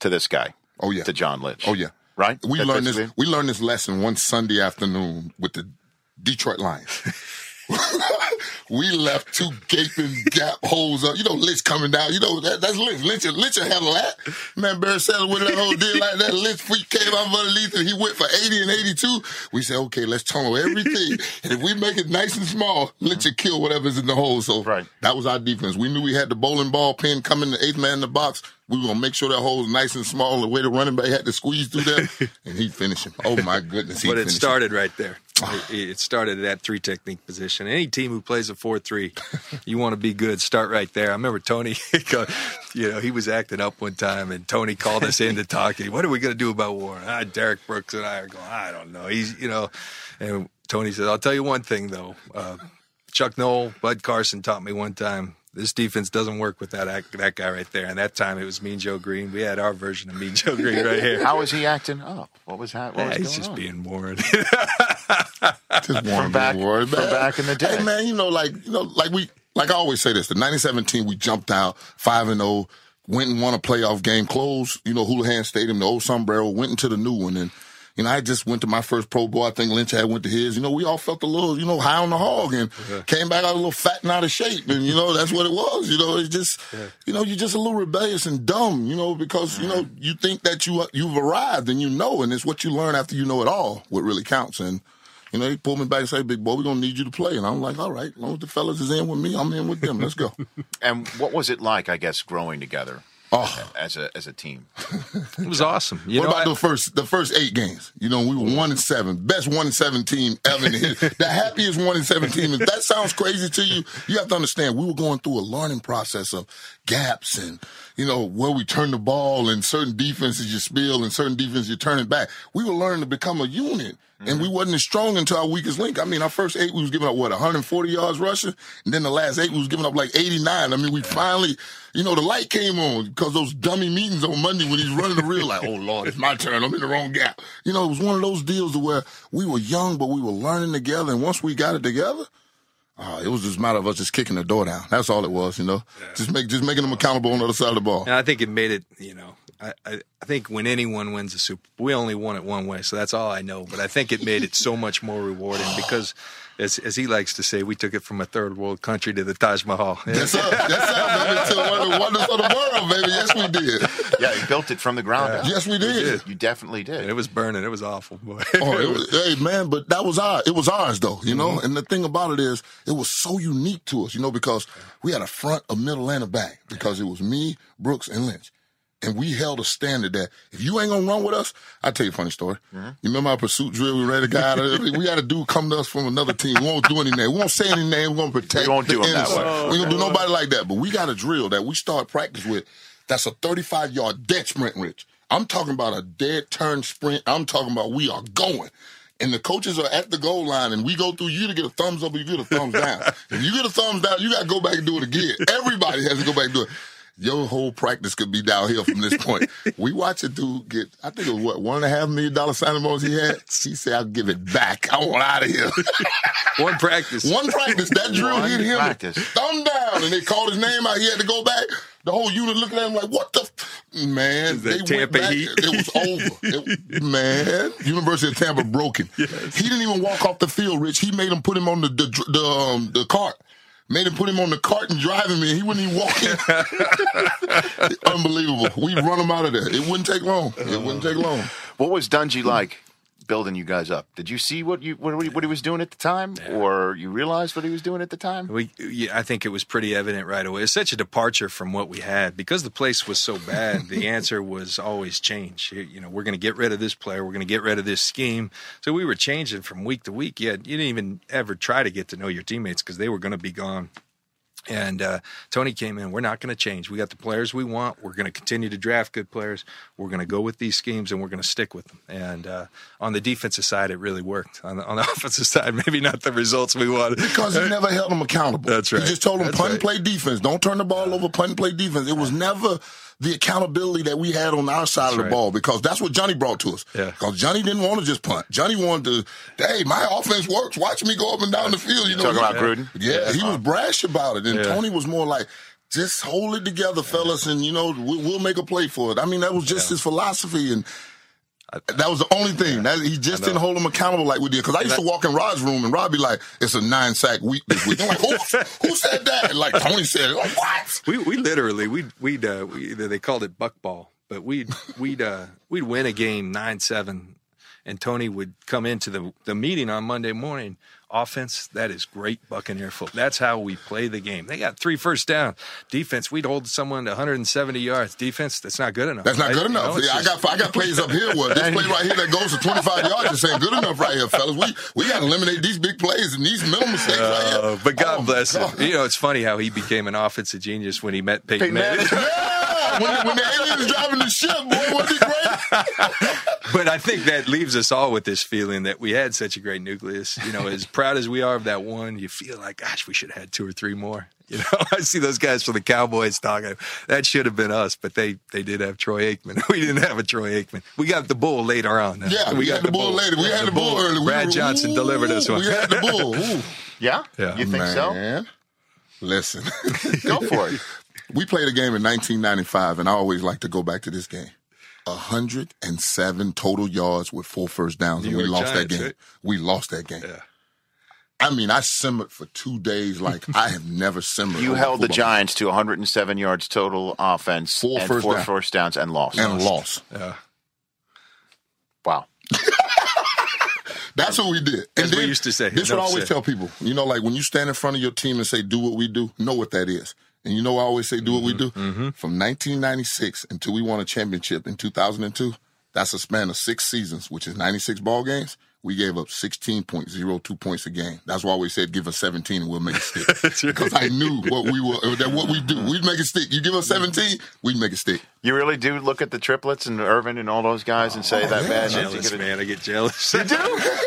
to this guy. Oh, yeah. to John Lynch. Oh yeah, right. We That- learned this. basically- We learned this lesson one Sunday afternoon with the Detroit Lions. we left two gaping gap holes up. You know, Lynch coming down. You know, that, that's Lynch. Lynch, Lynch will handle that. Man, Barry Sanders with that whole deal like that. Lynch freak came out from underneath and he went for 80 and 82. We said, okay, let's tunnel everything. and if we make it nice and small, Lynch will kill whatever's in the hole. So Right. that was our defense. We knew we had the bowling ball pin coming, the eighth man in the box. We were gonna make sure that hole was nice and small. The way the running back had to squeeze through there, and he finished him. Oh my goodness! He but it finished him. started right there. Ah. It, it started at that three technique position. Any team who plays a four three, you want to be good. Start right there. I remember Tony, go- you know, he was acting up one time, and Tony called us in to talk. He, what are we going to do about Warren? Ah, Derek Brooks and I are going. I don't know. He's you know, and Tony says, I'll tell you one thing though. Uh, Chuck Knoll, Bud Carson taught me one time. This defense doesn't work without that, that guy right there. And that time it was Mean Joe Green. We had our version of Mean Joe Green right here. Ah, How was he acting up? What was that? What was He's going just on? being Warren. Just warm back- his word, from man. back in the day. Hey man, you know, like you know, like we like I always say this. The '97 team we jumped out five and zero, went and won a playoff game, closed you know Houlihan Stadium, the old Sombrero, went into the new one, and you know I just went to my first Pro Bowl. I think Lynch had went to his. You know, we all felt a little you know high on the hog and came back out a little fat and out of shape, and you know that's what it was. You know, it's just you know you're just a little rebellious and dumb, you know, because you know you think that you you've arrived and you know, and it's what you learn after you know it all what really counts and. You know, they pulled me back and said, "Big boy, we're gonna need you to play." And I'm like, "All right, as long as the fellas is in with me, I'm in with them. Let's go." And what was it like? I guess growing together Oh. as a as a team. It was awesome. You what know, about I- the first the first eight games? You know, we were one and seven, best one and seven team ever. in the history. the happiest one and seven team. If that sounds crazy to you, you have to understand we were going through a learning process of gaps and you know where we turn the ball and certain defenses you spill and certain defenses you turn it back. We were learning to become a unit. And we wasn't as strong until our weakest link. I mean, our first eight we was giving up what 140 yards rushing, and then the last eight we was giving up like 89. I mean, we finally, you know, the light came on because those dummy meetings on Monday when he's running the reel, like, oh Lord, it's my turn. I'm in the wrong gap. You know, it was one of those deals to where we were young, but we were learning together. And once we got it together, uh, it was just a matter of us just kicking the door down. That's all it was, you know. Just make just making them accountable on the other side of the ball. And I think it made it, you know, I, I, I think when anyone wins a Super, we only won it one way, so that's all I know. But I think it made it so much more rewarding because, as, as he likes to say, we took it from a third world country to the Taj Mahal. Yes, sir. Yes, sir, baby. To one of the wonders of the world, baby. Yes, we did. Yeah, you built it from the ground up. Yes, we You, did. you definitely And it did. was burning. It was awful, boy. Oh, it was, hey man, but that was ours. It was ours though, you know. And the thing about it is, it was so unique to us, you know, because we had a front, a middle, and a back. Because it was me, Brooks, and Lynch, and we held a standard that if you ain't gonna run with us, I tell you a funny story. You remember our pursuit drill? We ran a guy out of We had a dude come to us from another team. We won't do any name. We won't say any name. We won't protect. We won't the do 'em that innocent. way. We don't do nobody like that. But we got a drill that we start practice with. That's a 35 yard dead sprint, Rich. I'm talking about a dead turn sprint. I'm talking about we are going. And the coaches are at the goal line, and we go through you to get a thumbs up or you get a thumbs down. if you get a thumbs down, you got to go back and do it again. Everybody has to go back and do it. Your whole practice could be downhill from this point. we watch a dude get, I think it was what, one and a half million dollar signing bonus he had. He said, I'll give it back. I want out of here. One practice. One practice, that drill One hit him. practice. Thumb down, and they called his name out. He had to go back. The whole unit looked at him like, "What the f-? man?" that went Tampa back. Heat? It was over. It- man, University of Tampa broken. He didn't even walk off the field. Rich, he made him put him on the the, dr- the, um, the cart. Made him put him on the cart and drive him in. He wouldn't even walk in. Unbelievable. We run him out of there. It wouldn't take long. It wouldn't take long. What was Dungy like building you guys up? Did you see what you what, he- what he was doing at the time, or you realized what he was doing at the time? We, yeah, I think it was pretty evident right away. It's such a departure from what we had because the place was so bad. the answer was always change. You, you know, we're going to get rid of this player. We're going to get rid of this scheme. So we were changing from week to week. Yet you didn't even ever try to get to know your teammates because they were going to be gone. And uh, Tony came in. We're not going to change. We got the players we want. We're going to continue to draft good players. We're going to go with these schemes, and we're going to stick with them. And uh, on the defensive side, it really worked. On the, on the offensive side, maybe not the results we wanted. Because he never held them accountable. That's right. He just told them That's punt and right. play defense. Don't turn the ball over, punt and play defense. It was never the accountability that we had on our side of the right. ball because that's what Johnny brought to us. Yeah. Because Johnny didn't want to just punt. Johnny wanted to, hey, my offense works. Watch me go up and down the field. You know, Talking he- about Gruden? Yeah, he was brash about it. And Yeah. Tony was more like, just hold it together, fellas, and you know we, we'll make a play for it. I mean, that was just his philosophy, and that was the only thing. That, he just didn't hold them accountable like we did. Because I used to walk in Rod's room and Rod be like, it's a nine sack week this week. I'm like, who, who said that? And like Tony said it. Like, what? we we literally we'd we'd uh, we, they called it buckball, but we'd we'd uh, we'd win a game nine seven, and Tony would come into the the meeting on Monday morning. Offense, that is great Buccaneer football. That's how we play the game. They got three first down. Defense, we'd hold someone to 170 yards. Defense, that's not good enough. That's not Like, good you know, enough. it's yeah, I just- got I got plays up here where this play right here that goes to 25 yards just ain't good enough right here, fellas. We we got to eliminate these big plays and these mental mistakes right Uh, here. but God Oh, my bless him. God. You know, it's funny how he became an offensive genius when he met Peyton, Manning. Yeah, when, when the aliens driving the ship, boy, was it great? but I think that leaves us all with this feeling that we had such a great nucleus. You know, as proud as we are of that one, you feel like, gosh, we should have had two or three more. You know, I see those guys from the Cowboys talking. That should have been us, but they they did have Troy Aikman. We didn't have a Troy Aikman. We got the bull later on. Yeah, we, had the bull later. We had the bull early. We Brad were- Johnson delivered us Ooh, one. We had the bull. Ooh. Yeah, Yeah. you think Man, listen. so? Go for it. we played a game in 1995, and I always like to go back to this game. 107 total yards with four first downs, and New we York lost that Giants, game. right? We lost that game. Yeah. I mean, I simmered for two days like I have never simmered. You over held the football. Giants to 107 yards total offense, Four and first four down. first downs, and lost. and lost. Wow. That's what we did. That's what we used to say. This is No what I always upset. tell people. You know, like when you stand in front of your team and say, "Do what we do," know what that is. And you know, what I always say, "Do what we do." Mm-hmm. From 1996 until we won a championship in 2002, that's a span of six seasons, which is 96 ball games. We gave up 16.02 points a game. That's why we said, "Give us 17 and we'll make it stick." Because I knew what we were, or that what we do, we'd make it stick. You give us 17, we'd make it stick. You really do look at the triplets and Irvin and all those guys and say that bad. enough to Oh, jealous, get it- man. I get jealous. You do?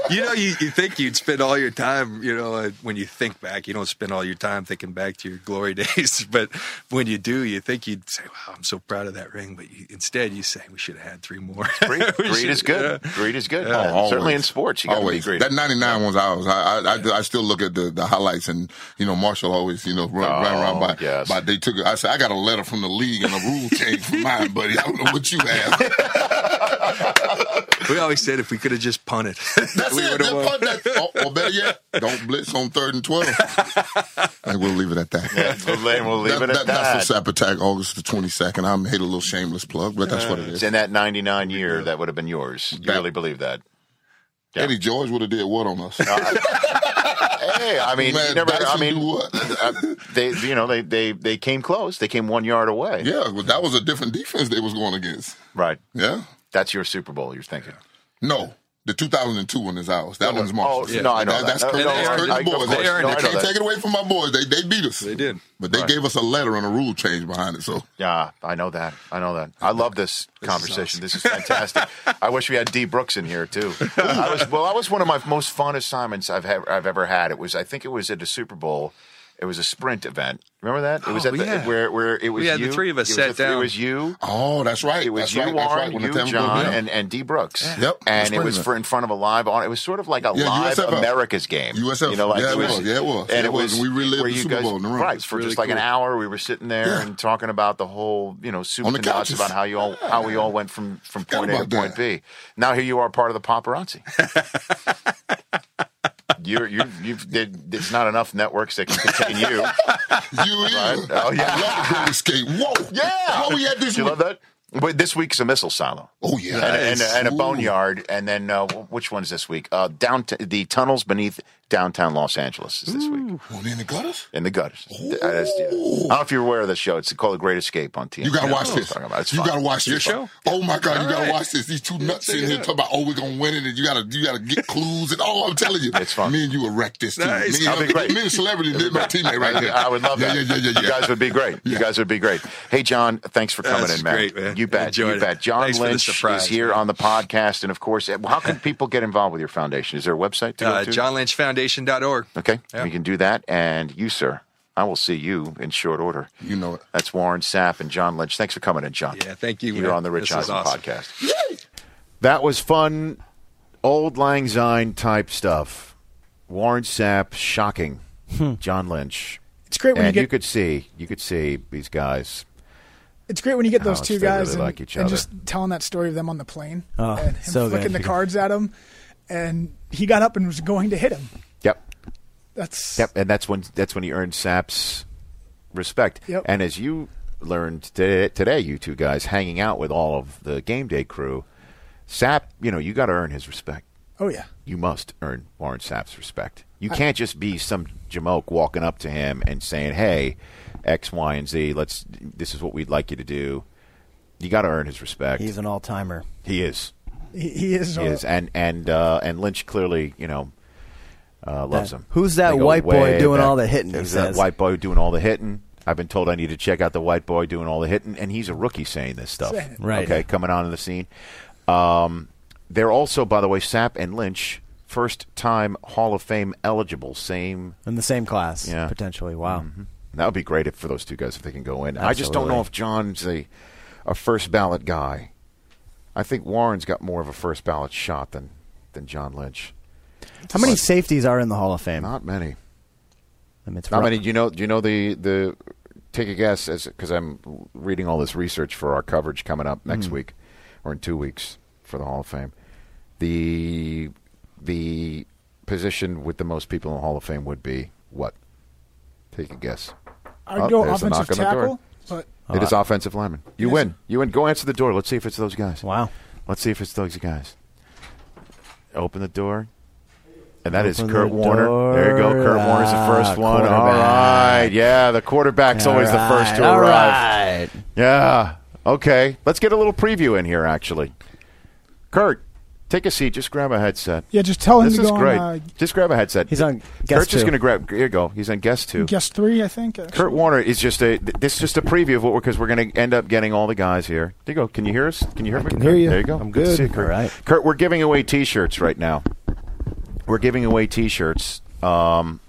you know, you, you think you'd spend all your time, you know, uh, when you think back, you don't spend all your time thinking back to your glory days. But when you do, you think you'd say, wow, I'm so proud of that ring. But you, instead, you say, we should have had three more. Greed, We greed should- is good. yeah. Greed is good. Oh, always. Certainly in sports, you got to be always. greedy. That 99 one's ours. I I, I, I still look at the, the highlights, and you know Marshall always you know run, run around by. Oh, yes. by they took. it. I said I got a letter from the league and a rule change for mine, buddy. I don't know what you have. We always said if we could have just punted, That's we it. would've That won. part, that, or, or better yet, don't blitz on third and twelve. and we'll leave it at that. And we'll leave it That- at that- That's that. for Sap Attack, August the 22nd. I made a little shameless plug, but that's what it is. In that 99 year, that would have been yours. You That- really believe that? yeah. Eddie George would have did what on us? Hey, I mean, Man, you never. I Dyson mean, do what? uh, they, you know, they, they, they came close. They came one yard away. yeah, but that was a different defense they was going against. Right. Yeah. That's your Super Bowl. You're thinking. No. The 2002 one is ours. That one's Marshall. Oh, no, I know that. That's No, Curtis, no, I- Curtis I- of boys. course. They, No, I they know can't that. take it away from my boys. They, they beat us. They did. But they gave us a letter and a rule change behind it. So Yeah, I know that. I know that. I love this, conversation. This is fantastic. I wish we had D Brooks in here too. I was well. I was one of my most fun assignments I've had, I've ever had. It was I think it was at a Super Bowl. It was a sprint event. Remember that? It was Oh, at the, yeah. where where it was had the you. three of us it was sat the three- It down. was you. Oh, that's right. It was that's you, right. That's right. Warren, When the you, Tampa Bay- John, yeah. and, and D Brooks. Yep. And it Sprint was event. for in front of a live on. It was sort of like a Yeah, live USFL. America's game. USFL. You know, like Yeah, it it was. was. Yeah, it was. And It it was. was. We relived where the you Super guys- Bowl in the room. Right. It's For really just like an cool. hour, we were sitting there Yeah. and talking about the whole, you know, soup On the and nuts couches. about how you all how we all went from from Forgot point A to about that. point B. Now here you are, part of the paparazzi. You're, you you've, did- there's not enough networks that can contain you. You either. Right. Oh, yeah. I love the great escape. Whoa. Yeah. Whoa, we had this Do you one. love that? But this week's a missile silo Oh, yeah. and, and, and a Ooh. boneyard, and then uh, which one's this week? Uh, down the tunnels beneath downtown Los Angeles is this week One in the gutters? in the gutters. Uh, that's- yeah. I don't know if you're aware of the show. It's called The Great Escape on TNT. You gotta I don't watch know what I'm this. talking about. It's You fun. gotta watch Your this. show? Oh my god, you All gotta right. watch this. These two nuts check in it here out. talking about oh we're gonna win it and you gotta you gotta get clues and oh I'm telling you. It's fun. Me and you will wreck this too. Nice. Me, and That'd be great. me and celebrity did my teammate right here. I would love yeah, that. Yeah, yeah, yeah, You yeah. guys would be great. You guys would be great. Hey, John, thanks for coming That's in, man. great, man. You bet. Enjoyed you it. bet. John Thanks for the Lynch surprise, is here on the podcast, and of course, how can people get involved with your foundation? Is there a website to Uh, go to? JohnLynchFoundation.org. Okay, Yeah. we can do that. And you, sir, I will see you in short order. You know it. That's Warren Sapp and John Lynch. Thanks for coming in, John. Yeah, thank you, You're man. on the Rich This is Eisen awesome. podcast. That was fun, old Lang Syne type stuff. Warren Sapp, shocking. Hmm. John Lynch. It's great when and you you, get could see, you could see these guys. it's great when you get those Ouch, two they really guys and, like each and other. just telling that story of them on the plane Oh, and him so good. flicking the cards at him, and he got up and was going to hit him. Yep, That's yep. And that's when that's when he earned Sapp's respect. Yep. And as you learned today, today, you two guys hanging out with all of the game day crew, Sapp, you know, you got to earn his respect. oh yeah. you must earn Warren Sapp's respect. You can't just be some jamoke walking up to him and saying, "Hey, X, Y, and Z, let's. This is what we'd like you to do." You got to earn his respect. He's an all timer. he is. He, he is. He uh, is. And and uh, and Lynch clearly, you know, uh, loves him. Who's that They go white boy way doing all the hitting, he Who's that says. white boy doing all the hitting? I've been told I need to check out the white boy doing all the hitting, and he's a rookie saying this stuff. Saying it. Right. Okay, coming onto the scene. Um, they're also, by the way, Sapp and Lynch, first time Hall of Fame eligible. Same. In the same class, Yeah. potentially. Wow. Mm. Mm-hmm. That would be great if, for those two guys if they can go in. I just don't know Absolutely. if John's a, a first ballot guy. I think Warren's got more of a first ballot shot than than John Lynch. How many safeties are in the Hall of Fame? Not many. I mean, it's How rough. many? Do you know? Do you know the the? Take a guess, as because I'm reading all this research for our coverage coming up next week, or in two weeks for the Hall of Fame. The the position with the most people in the Hall of Fame would be what? Take a guess. I'd Oh, go there's a knock offensive on the door. tackle, but it Uh, is offensive lineman. You win. You win. Go answer the door. Let's see if it's those guys. Wow. Let's see if it's those guys. Open the door. And that is Open Kurt the Warner. door. There you go. Kurt Warner's the first Ah, one. All right. Yeah, the quarterback's always the first to All arrive. right. Yeah. Okay. Let's get a little preview in here, actually. Kurt, take a seat. Just grab a headset. Yeah, just tell him This to is go on, great. uh, just grab a headset. He's on guest Kurt's just two. going to grab. Here you go. He's on guest two. Guest three, I think. actually. Kurt Warner is just a. th- This is just a preview of what we're because we're going to end up getting all the guys here. There you go. Can you hear us? Can you hear me? can hear you. There you go. I'm to good. see you, Kurt. All right. Kurt, we're giving away T-shirts right now. We're giving away T-shirts. Um,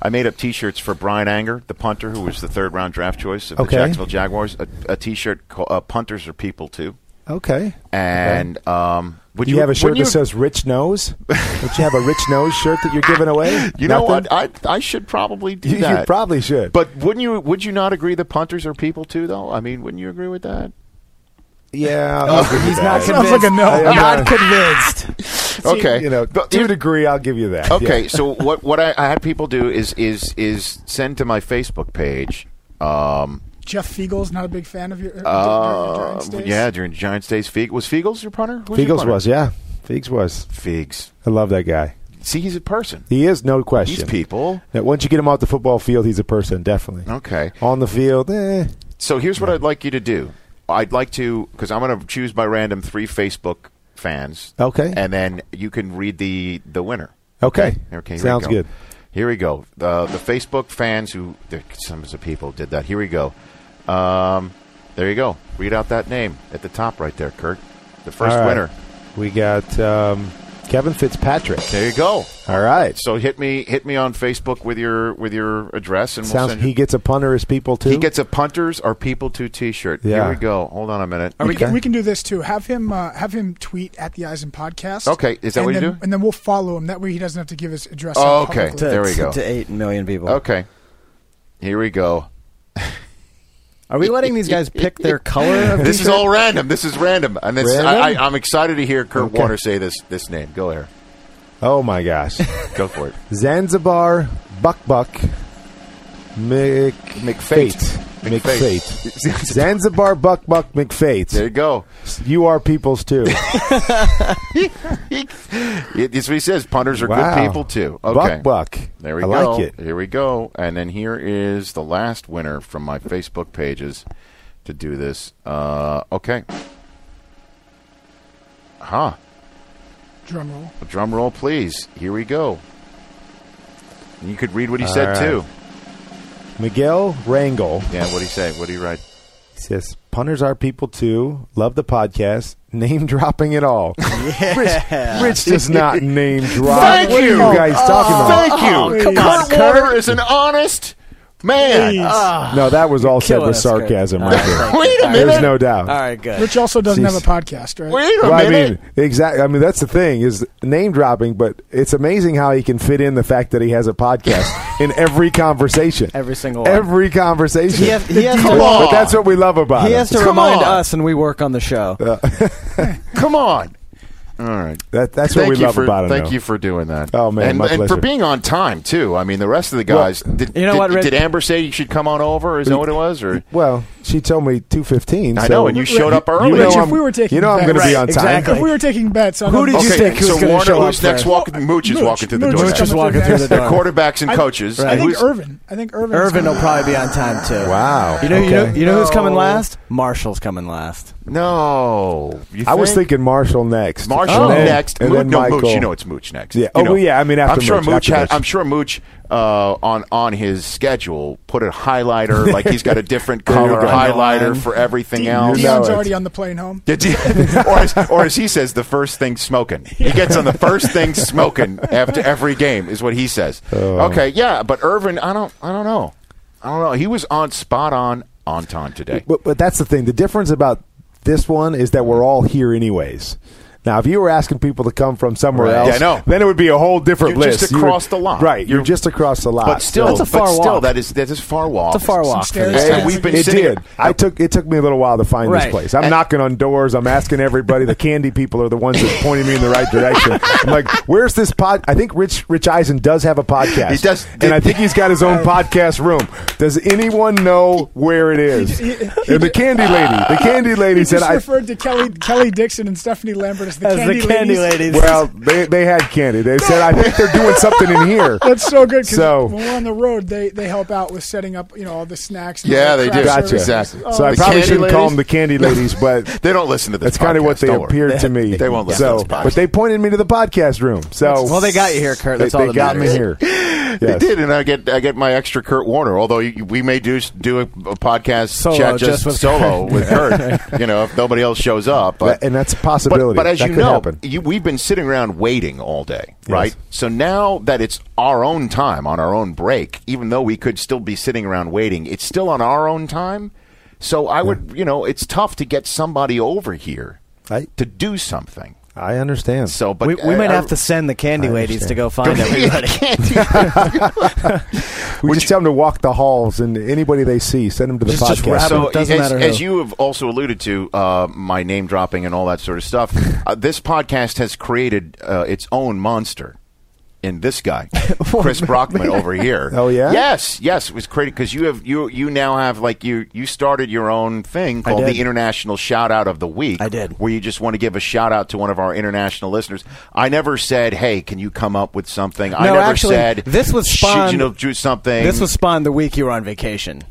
I made up T-shirts for Brian Anger, the punter who was the third round draft choice of the Okay. Jacksonville Jaguars. A, a T-shirt called uh, "Punters Are People Too." Okay. And um, would Do you, have a shirt wouldn't that you- says "Rich Nose"? Don't you have a "Rich Nose" shirt that you're giving away? You know Nothing? what? I I should probably do You, you that. probably should. But wouldn't you? Would you not agree that punters are people too? Though I mean, wouldn't you agree with that? yeah, I'll give you He's that. not Sounds convinced. like a no. I am not not- convinced. Okay, You know, But to a if- degree, I'll give you that. Okay, Yeah. so what what I, I had people do is is is send to my Facebook page. Um, Jeff Fiegel's not a big fan of your. during your uh, Giants days. yeah, during Giants days, Feig was Feagles your punter? Who your Fiegel's punter? was, yeah. Fiegel's was. Feig's. I love that guy. See, he's a person. He is, no question. He's people. Now, once you get him off the football field, he's a person, definitely. Okay. On the field, eh. So here's what I'd like you to do. I'd like to because I'm going to choose by random three Facebook fans. Okay. and then you can read the the winner. Okay. Okay, here Sounds we go. good. Here we go. Uh, the Facebook fans who there, some of the people did that. Here we go. Um, there you go. Read out that name at the top right there, Kurt. The first All right. winner. We got um, Kevin Fitzpatrick. There you go. All right. So hit me hit me on Facebook with your with your address and we'll Sounds send you- he gets a punter as people too. he gets a punters or people to T-shirt. Yeah. Oh. Here we go. Hold on a minute. We, Okay. can, we can do this too. Have him uh, have him tweet at the Eisen podcast. Okay, is that and what you then, do? And then we'll follow him. That way he doesn't have to give his address. Oh, out okay. publicly. To- There we go. To eight million people. Okay. Here we go. Are we letting these guys pick their color? Of This is t-shirt? all random. This is random, and this Random? I, I, I'm excited to hear Kurt Okay. Warner say this this name. Go ahead. oh my gosh. Go for it. Zanzibar Buck Buck Mc McFate. McFate. McFate. Zanzibar Buck Buck There McFate. you go. You are people's too. It- It's what he says. Punters are Wow. good people too. Okay. Buck Buck. There we I go. like it. Here we go. And then here is the last winner from my Facebook pages to do this. Uh, okay. Huh. Drum roll. Drum roll, please. Here we go. And you could read what he said right. too. Miguel Rangel Yeah. What would he say? What did he write? says, Punters are people too. Love the podcast. Name dropping it all. Rich, Rich does not name drop. Thank what you. are you guys talking about? Thank you. Oh, come on, Kurt Warner is an honest man. Ah, No, that was all said Killing with us, Kurt. sarcasm All right right, there. thank you. Wait a All minute. right. There's no doubt. All right, good. Rich also doesn't Jeez. have a podcast, right? Wait a Well, I minute. mean, exactly. I mean, that's the thing is name dropping, but it's amazing how he can fit in the fact that he has a podcast in every conversation, Every single one. every conversation. He has- he has But- to- But that's what we love about He him. has to Come remind on. us, and we work on the show. Come on. All right. That- that's what thank we you love for, about him. Thank though. you for doing that. Oh, man, and, my and for pleasure. being on time too. I mean, the rest of the guys. did, You know did, what, Rick? did Amber say you should come on over? Is that what it was? Or Well, she told me two fifteen. I know, and you showed up early. You know Rich, if I'm- we were taking you know I'm bets- going to be on Right, time. exactly. If we were taking bets, on Who did you okay, think who's so gonna Warner, show up who's next? first? Walking, Mooch is uh, Mooch- walking through the Mooch door. is next. coming walking through the They're door. quarterbacks and coaches. Right. I And think who's- Irvin. I think Irvin. Irvin will probably be on time too. Wow. You know, you know, Okay. you know who's coming No. last? Marshall's coming last. no, You I was think? thinking Marshall next. Marshall And then- next. and Mooch, then no, Michael. Mooch. You know it's Mooch next. Yeah. You Oh, know. well, yeah, I mean, after I'm sure Mooch, Mooch. after had, Mooch. I'm sure Mooch uh, on on his schedule put a highlighter like he's got a different you color go. highlighter for everything else. You know Dion's it. already on the plane home. Did you- or, as, or as he says, the first thing smoking. He gets on the first thing smoking after every game is what he says. Oh. Okay, yeah, but Irvin, I don't, I don't know, I don't know. He was on spot on on time today. But, but that's the thing. The difference about this one is that we're all here anyways. Now, if you were asking people to come from somewhere Right. else, Yeah, I know. then it would be a whole different You're just list. You would- across the line. right? You're, You're- just across the line. But still, That's a far but still, walk. that is that is far walk. It's a far walk. for stairs these down. guys. And we've been it sitting. did. I took it took me a little while to find Right. this place. I'm And- knocking on doors. I'm asking everybody. the candy people are the ones that pointed me in the right direction. I'm like, "Where's this pod?" I think Rich Rich Eisen does have a podcast. He does. and I think he's got his own podcast room. Does anyone know where it is? he- And the candy lady. The candy lady He said, just "I." referred to Kelly Kelly Dixon and Stephanie Lambert as the candy, ladies. Well, they, they had candy. They said, I think they're doing something in here. That's so good. 'cause So when we're on the road, they, they help out with setting up, you know, all the snacks. And Yeah, all the they do. craft Gotcha. services. Exactly. Oh, So I the probably candy shouldn't call ladies. them the candy ladies, but they don't listen to this. that's kind of what podcast, they don't worry. appeared They- to me. they won't listen to so, this podcast. but they pointed me to the podcast room. So Well, they got you here, Kurt. That's they, all they that got me here. matters. Yes. They did, and I get I get my extra Kurt Warner. Although you- we may do do a, a podcast Solo, chat just with solo Kurt. with Kurt. you know, if nobody else shows up, but, and that's a but, possibility. but as That you could know, happen. you, we've been sitting around waiting all day, right? So now that it's our own time on our own break, even though we could still be sitting around waiting, it's still on our own time. So I would, you know, it's tough to get somebody over here to do something. I understand. So, but we, we I- might I- have to send the candy I ladies to understand. go find everybody. We just tell them to walk the halls, and anybody they see, send them to the podcast. So, as, as you have also alluded to, uh, my name dropping and all that sort of stuff, uh, this podcast has created uh, its own monster in this guy, Chris Brockman over here. Oh, yeah? yes, yes, it was created because you have you you now have like you you started your own thing I called did. the International Shout Out of the Week. I did, where you just want to give a shout out to one of our international listeners. I never said, "Hey, can you come up with something?" I No, never actually, said this was "Should spawned- You know, do something. This was spawned the week you were on vacation.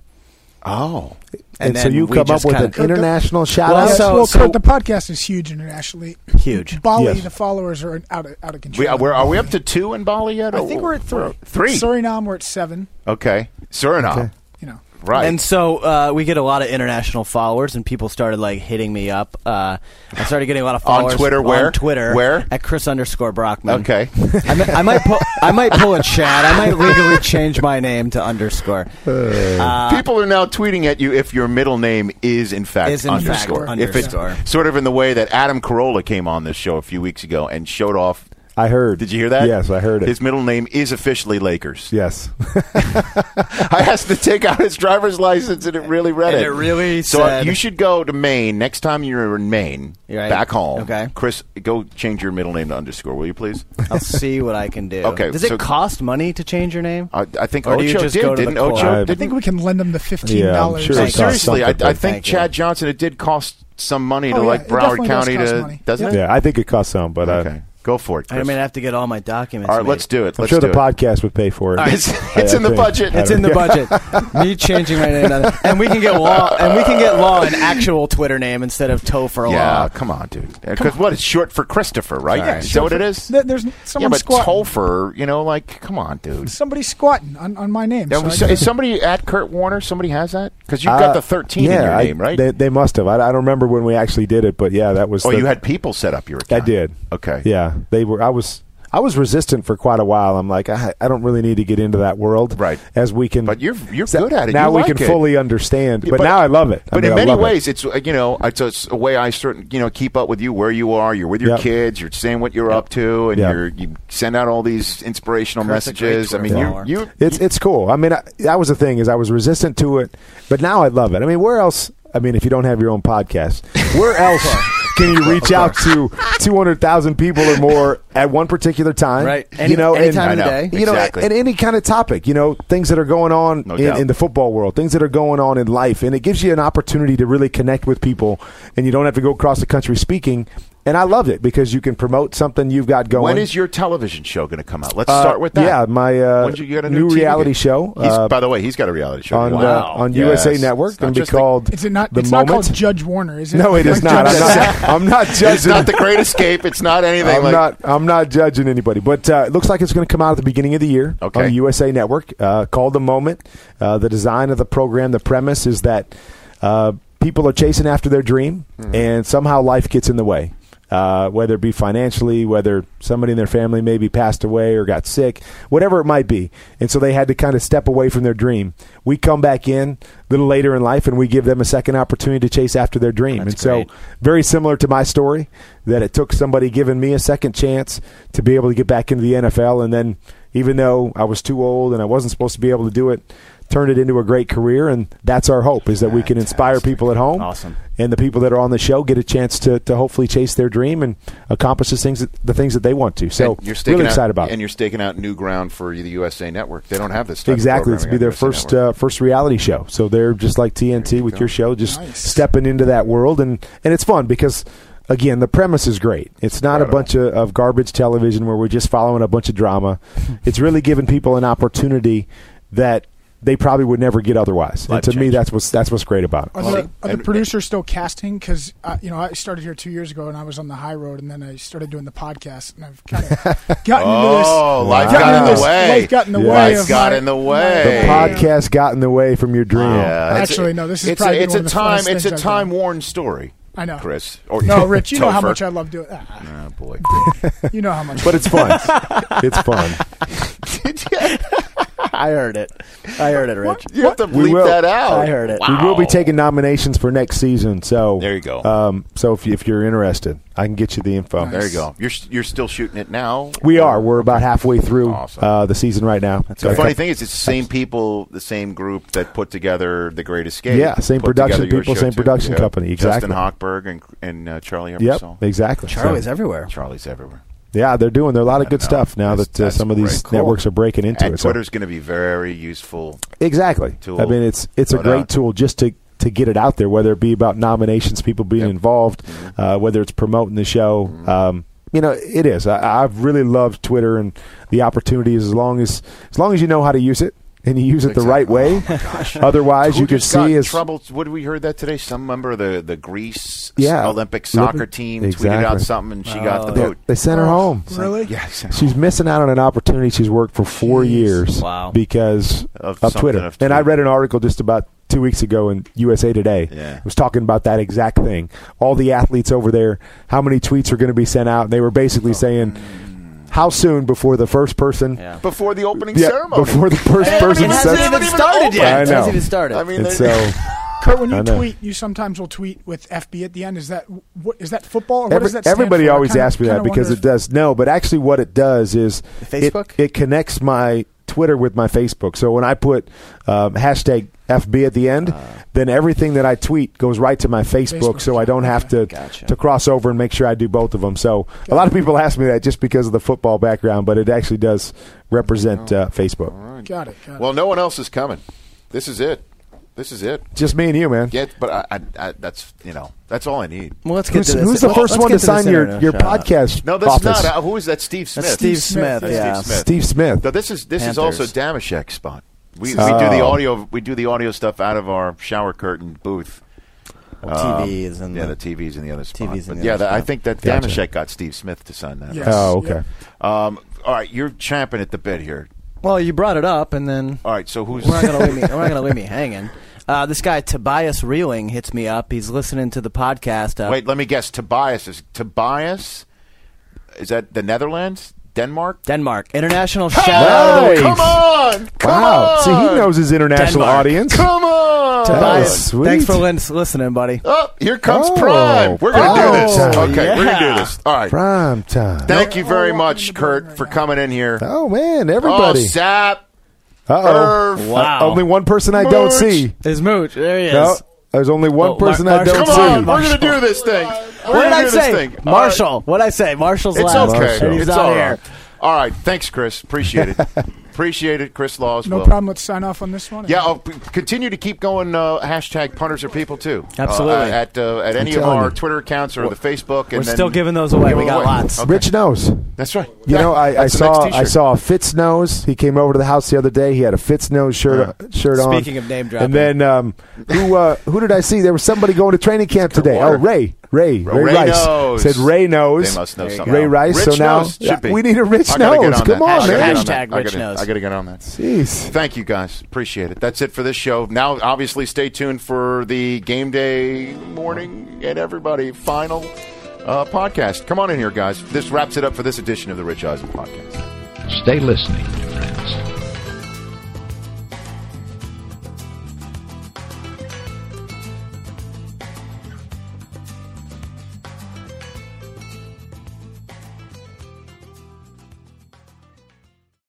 Oh. And so you come up with an international shout Well, out. so, well Kurt, the podcast is huge internationally. Huge. Bali, Yes. the followers are out of, out of control. We, are, we're- are we up to two in Bali yet? I or- think we're at three. Three. Suriname, we're at seven. Okay. Suriname. You know. Right. And so uh, we get a lot of international followers, and people started like hitting me up. Uh, I started getting a lot of On followers Twitter, where? On Twitter, Where? At Chris underscore Brockman. Okay. I, mi- I might, pull, I might pull a chat. I might legally change my name to underscore. Uh, People are now tweeting at you if your middle name is in fact Is in fact underscore. if it's underscore. sort of in the way that Adam Carolla came on this show a few weeks ago and showed off. I heard. Did you hear that? Yes, I heard it. His middle name is officially Lakers. yes. I asked to take out his driver's license, and it really read And it. it really So uh, said- you should go to Maine next time you're in Maine, You're right. back home. Okay. Chris, go change your middle name to underscore, will you please? I'll see what I can do. Okay, Does it so- cost money to change your name? Uh, I, I think Or do you Ocho just did, go to the didn't court? Ocho? I I Didn't think we can lend them the fifteen Yeah, I'm dollars. sure it Hey, costs seriously, I, something. I think Thank you. Chad Johnson. It did cost some money to Oh, yeah, like it Broward definitely does County cost to, money. doesn't it? yeah, I think it costs some, but uh, Okay, go for it. I Chris. mean, I have to get all my documents. All right, made. let's do it. I'm Let's sure do the it. podcast would pay for it. It's, I- it's I in the think. budget. I It's in the don't- budget. Me changing my name, down. and we can get law, and we can get law an actual Twitter name instead of Topher Yeah, Law. come on, dude. Because what? It's short for Christopher, right? Yeah, is sure. that what it is? There- There's yeah, someone but squatting. Topher, you know, like, come on, dude. Somebody's squatting on, on my name. Now, so I so- can- is somebody at Kurt Warner? Somebody has that? Because you've Uh, got the 13 yeah, in your I- name, right? They, they must have. I, I don't remember when we actually did it, but yeah, that was. oh, the- you had people set up your I account. did. Okay. Yeah, they were. I was. I was resistant for quite a while. I'm like, I, I don't really need to get into that world, Right. As we can, But you're- you're good at it. Now You we like can it. fully understand. Yeah, but, now I love it. I But in mean, I many love it. ways, it's uh, you know, it's a, it's a way I certain you know keep up with you where you are. You're with your Yep. kids. You're saying what you're up to, and Yep. you're you send out all these inspirational Kurt's a great messages. I Twitter mean, follower. you you It's it's cool. I mean, I, that was the thing is I was resistant to it, but now I love it. I mean, where else? I mean, if you don't have your own podcast, where else can you reach out to two hundred thousand people or more at one particular time? Right. Any- you know, any and- time of the I know. day. You know, Exactly. and any kind of topic. You know, things that are going on No in, doubt. in the football world, things that are going on in life, and it gives you an opportunity to really connect with people, and you don't have to go across the country speaking. And I love it because you can promote something you've got going. when is your television show going to come out? Let's Uh, start with that. yeah, my, uh, When'd you get a new TV reality gig? show, He's, uh, by the way, he's got a reality show on Wow. uh, on Yes. USA Network. It's not Going to be just the- called It's not. the it's moment. not called Judge Warner, is it? no, it is not. I'm not. I'm not judging. it's not the Great Escape. It's not anything. I'm like, not. I'm not judging anybody, but uh, it looks like it's going to come out at the beginning of the year Okay. on the USA Network. Uh, called the moment. Uh, the design of the program, the premise is that uh, people are chasing after their dream, and somehow life gets in the way. Uh, whether it be financially, whether somebody in their family maybe passed away or got sick, whatever it might be. And so they had to kind of step away from their dream. We come back in a little later in life and we give them a second opportunity to chase after their dream. and so great. very similar to my story that it took somebody giving me a second chance to be able to get back into the NFL and then even though I was too old and I wasn't supposed to be able to do it turned it into a great career and that's our hope is that we can inspire people at home Awesome. and the people that are on the show get a chance to, to hopefully chase their dream and accomplish the things that, the things that they want to so and you're staking really out- excited about it. and you're staking out new ground for the USA Network. They don't have this type of Exactly, it's programming be on their USA first Network. uh, first reality show. So they're just like TNT with your show, just Nice. stepping into that world, and and it's fun because again, the premise is great. It's not a bunch of, of garbage television where we're just following a bunch of drama. it's really giving people an opportunity that they probably would never get otherwise. and to me, that's what's that's what's great about it. Are the, are the producers still casting? Because uh, you know, I started here two years ago, and I was on the high road, and then I started doing the podcast, and I've kind of gotten into this. Oh, life gotten got in into the this- way. Life got in the Yeah. way. Life of got my- in the my- way. The podcast got in the way from your dream. Yeah, it's- Actually, no, this has it's probably a, been it's one a of the time funnest it's a things I've done. time worn story. I know. Chris. Or no, Rich, you know how Topher. much I love doing. ah, Oh boy. You know how much. But it's fun. it's fun. I heard it. I heard it, Rich. You have to We bleep will. that out. I heard it. We will be taking nominations for next season. So There you go. Um, so if, you- if you're interested, I can get you the info. There you go. You're you're still shooting it now. We are. We're about halfway through Awesome. uh, the season right now. That's The funny thing is, it's the same people, the same group that put together The Great Escape. Yeah, same Put production together your people, show, same too. production company, Justin exactly. Hochberg and and uh, Charlie Yep, Emerson. exactly. Charlie's So, everywhere. Charlie's everywhere. yeah, they're doing. There are a lot of I good know. stuff now That's- that uh, that's some of these great. Cool. networks are breaking into and it. so- Twitter's going to be very useful. Exactly. tool. I mean, it's it's No a great doubt. tool just to to get it out there, whether it be about nominations, people being Yep. Mm-hmm. involved, uh, whether it's promoting the show. Um, you know, it is. I, I've really loved Twitter and the opportunities as long as as long as you know how to use it and you use it the Exactly. Oh, right way. Otherwise, Who you can just got see in as trouble. What did we heard that today? Some member of the the Greece Yeah. Olympic soccer Olympic- team tweeted Exactly. out something, and she got the Oh. they, vote. they sent her home. oh, really? Yeah, exactly. She's missing out on an opportunity she's worked for four years Wow. because Of of, something Twitter. of And I Twitter. read an article just about two weeks ago in USA Today. Yeah. It was talking about that exact thing. All the athletes over there, how many tweets are going to be sent out? And they were Oh. basically saying, how soon before the first person? Yeah. before the opening Yeah, ceremony. before the first Hey, person It everybody- says hasn't It's even even started open. yet. I It know. hasn't even started. I mean, And they- so Kurt, when I you know. tweet, you sometimes will tweet with FB at the end. Is that what? Is that football? Or what Every- does that stand everybody for? I always kinda- asks me that kinda because wonder it does. No, but actually, what it does is it- Facebook? It, connects my Twitter with my Facebook. So when I put um, hashtag FB at the Uh. end, then everything that I tweet goes right to my Facebook, Facebook, so I don't have to Gotcha. to cross over and make sure I do both of them. So a lot of people ask me that just because of the football background, but it actually does represent uh, Facebook. if- Got it. Got it. Well, no one else is coming. This is it. This is it. Just me and you, man. Yeah, but I, I, I that's you know that's all I need. Well, let's get Who's, to this. who's the Let's- first let's one get to sign this your, internet your show. podcast? No, that's office? not. Uh, who is that? Steve Smith. That's Steve Smith. Smith, Yeah. Steve Smith. Steve Smith. No, this is this is also Panthers. Damashek's spot. We, we do the Oh. audio. We do the audio stuff out of our shower curtain booth. Well, TV is in yeah, the the- TV's in the other spot. TV's in But the yeah, other that- I spot. think that Mm. Gotcha. Damashek got Steve Smith to sign that. Yes. right? Oh, okay. Yep. Um, all right, you're champing at the bit here. Well, you brought it up, and then All right, so who's we're not gonna leave me. We're not gonna leave me hanging. Uh, this guy Tobias Reeling hits me up. He's listening to the podcast. Uh, Wait, let me guess. Tobias is Tobias. Is that the Netherlands? Denmark? Denmark international shout out of the week. Come on! Come wow. on! See, he knows his international Denmark. audience. Come on! Oh, Tobias, sweet. thanks for lin- listening, buddy. Oh, here comes Oh. Prime. We're going to do this. Oh, Okay, we're going to yeah. do this. All right. Prime time. Thank you very Oh, much, I'm gonna Kurt, burn right for now. coming in here. oh man, Oh, everybody. Sap, Uh-oh. Irv. Wow. Only one person I don't Mooch. see. His mooch. There he is. No, there's only one Oh, Mar- person I Marshall. don't Come see. on, we're Marshall. going to do this thing. We're What did gonna I do this say? thing. All right. Marshall. What did I say? Marshall's It's last. okay. And he's it's not all here. right. All right. Thanks, Chris. Appreciate it. Appreciate it, Chris Laws. No Will. problem. Let's sign off on this one. Yeah, I'll p- continue to keep going. Uh, hashtag punters are people too. Absolutely. Uh, at uh, at any of telling our you. Twitter accounts or the Facebook. And We're then- still giving those away. Give We got away. lots. Okay. Rich knows. That's right. You know, I, I That's the next saw I t-shirt. saw a Fitz nose. He came over to the house the other day. He had a Fitz nose shirt Uh, shirt on. Speaking of name dropping. and then um, who uh, who did I see? There was somebody going to training camp today. Oh, water. Ray, Ray, Ray, Ray Rice knows. said Ray knows. They must know There you something. Ray Rice. Rich so now knows. Should be. we need a Rich I gotta get nose. on that. Come on, I gotta man. get on that. Hashtag Rich I gotta, knows. I gotta get on that. Jeez. Thank you guys. Appreciate it. That's it for this show. Now, obviously, stay tuned for the game day morning and everybody final uh, podcast. Come on in here, guys. This wraps it up for this edition of the Rich Eisen podcast. Stay listening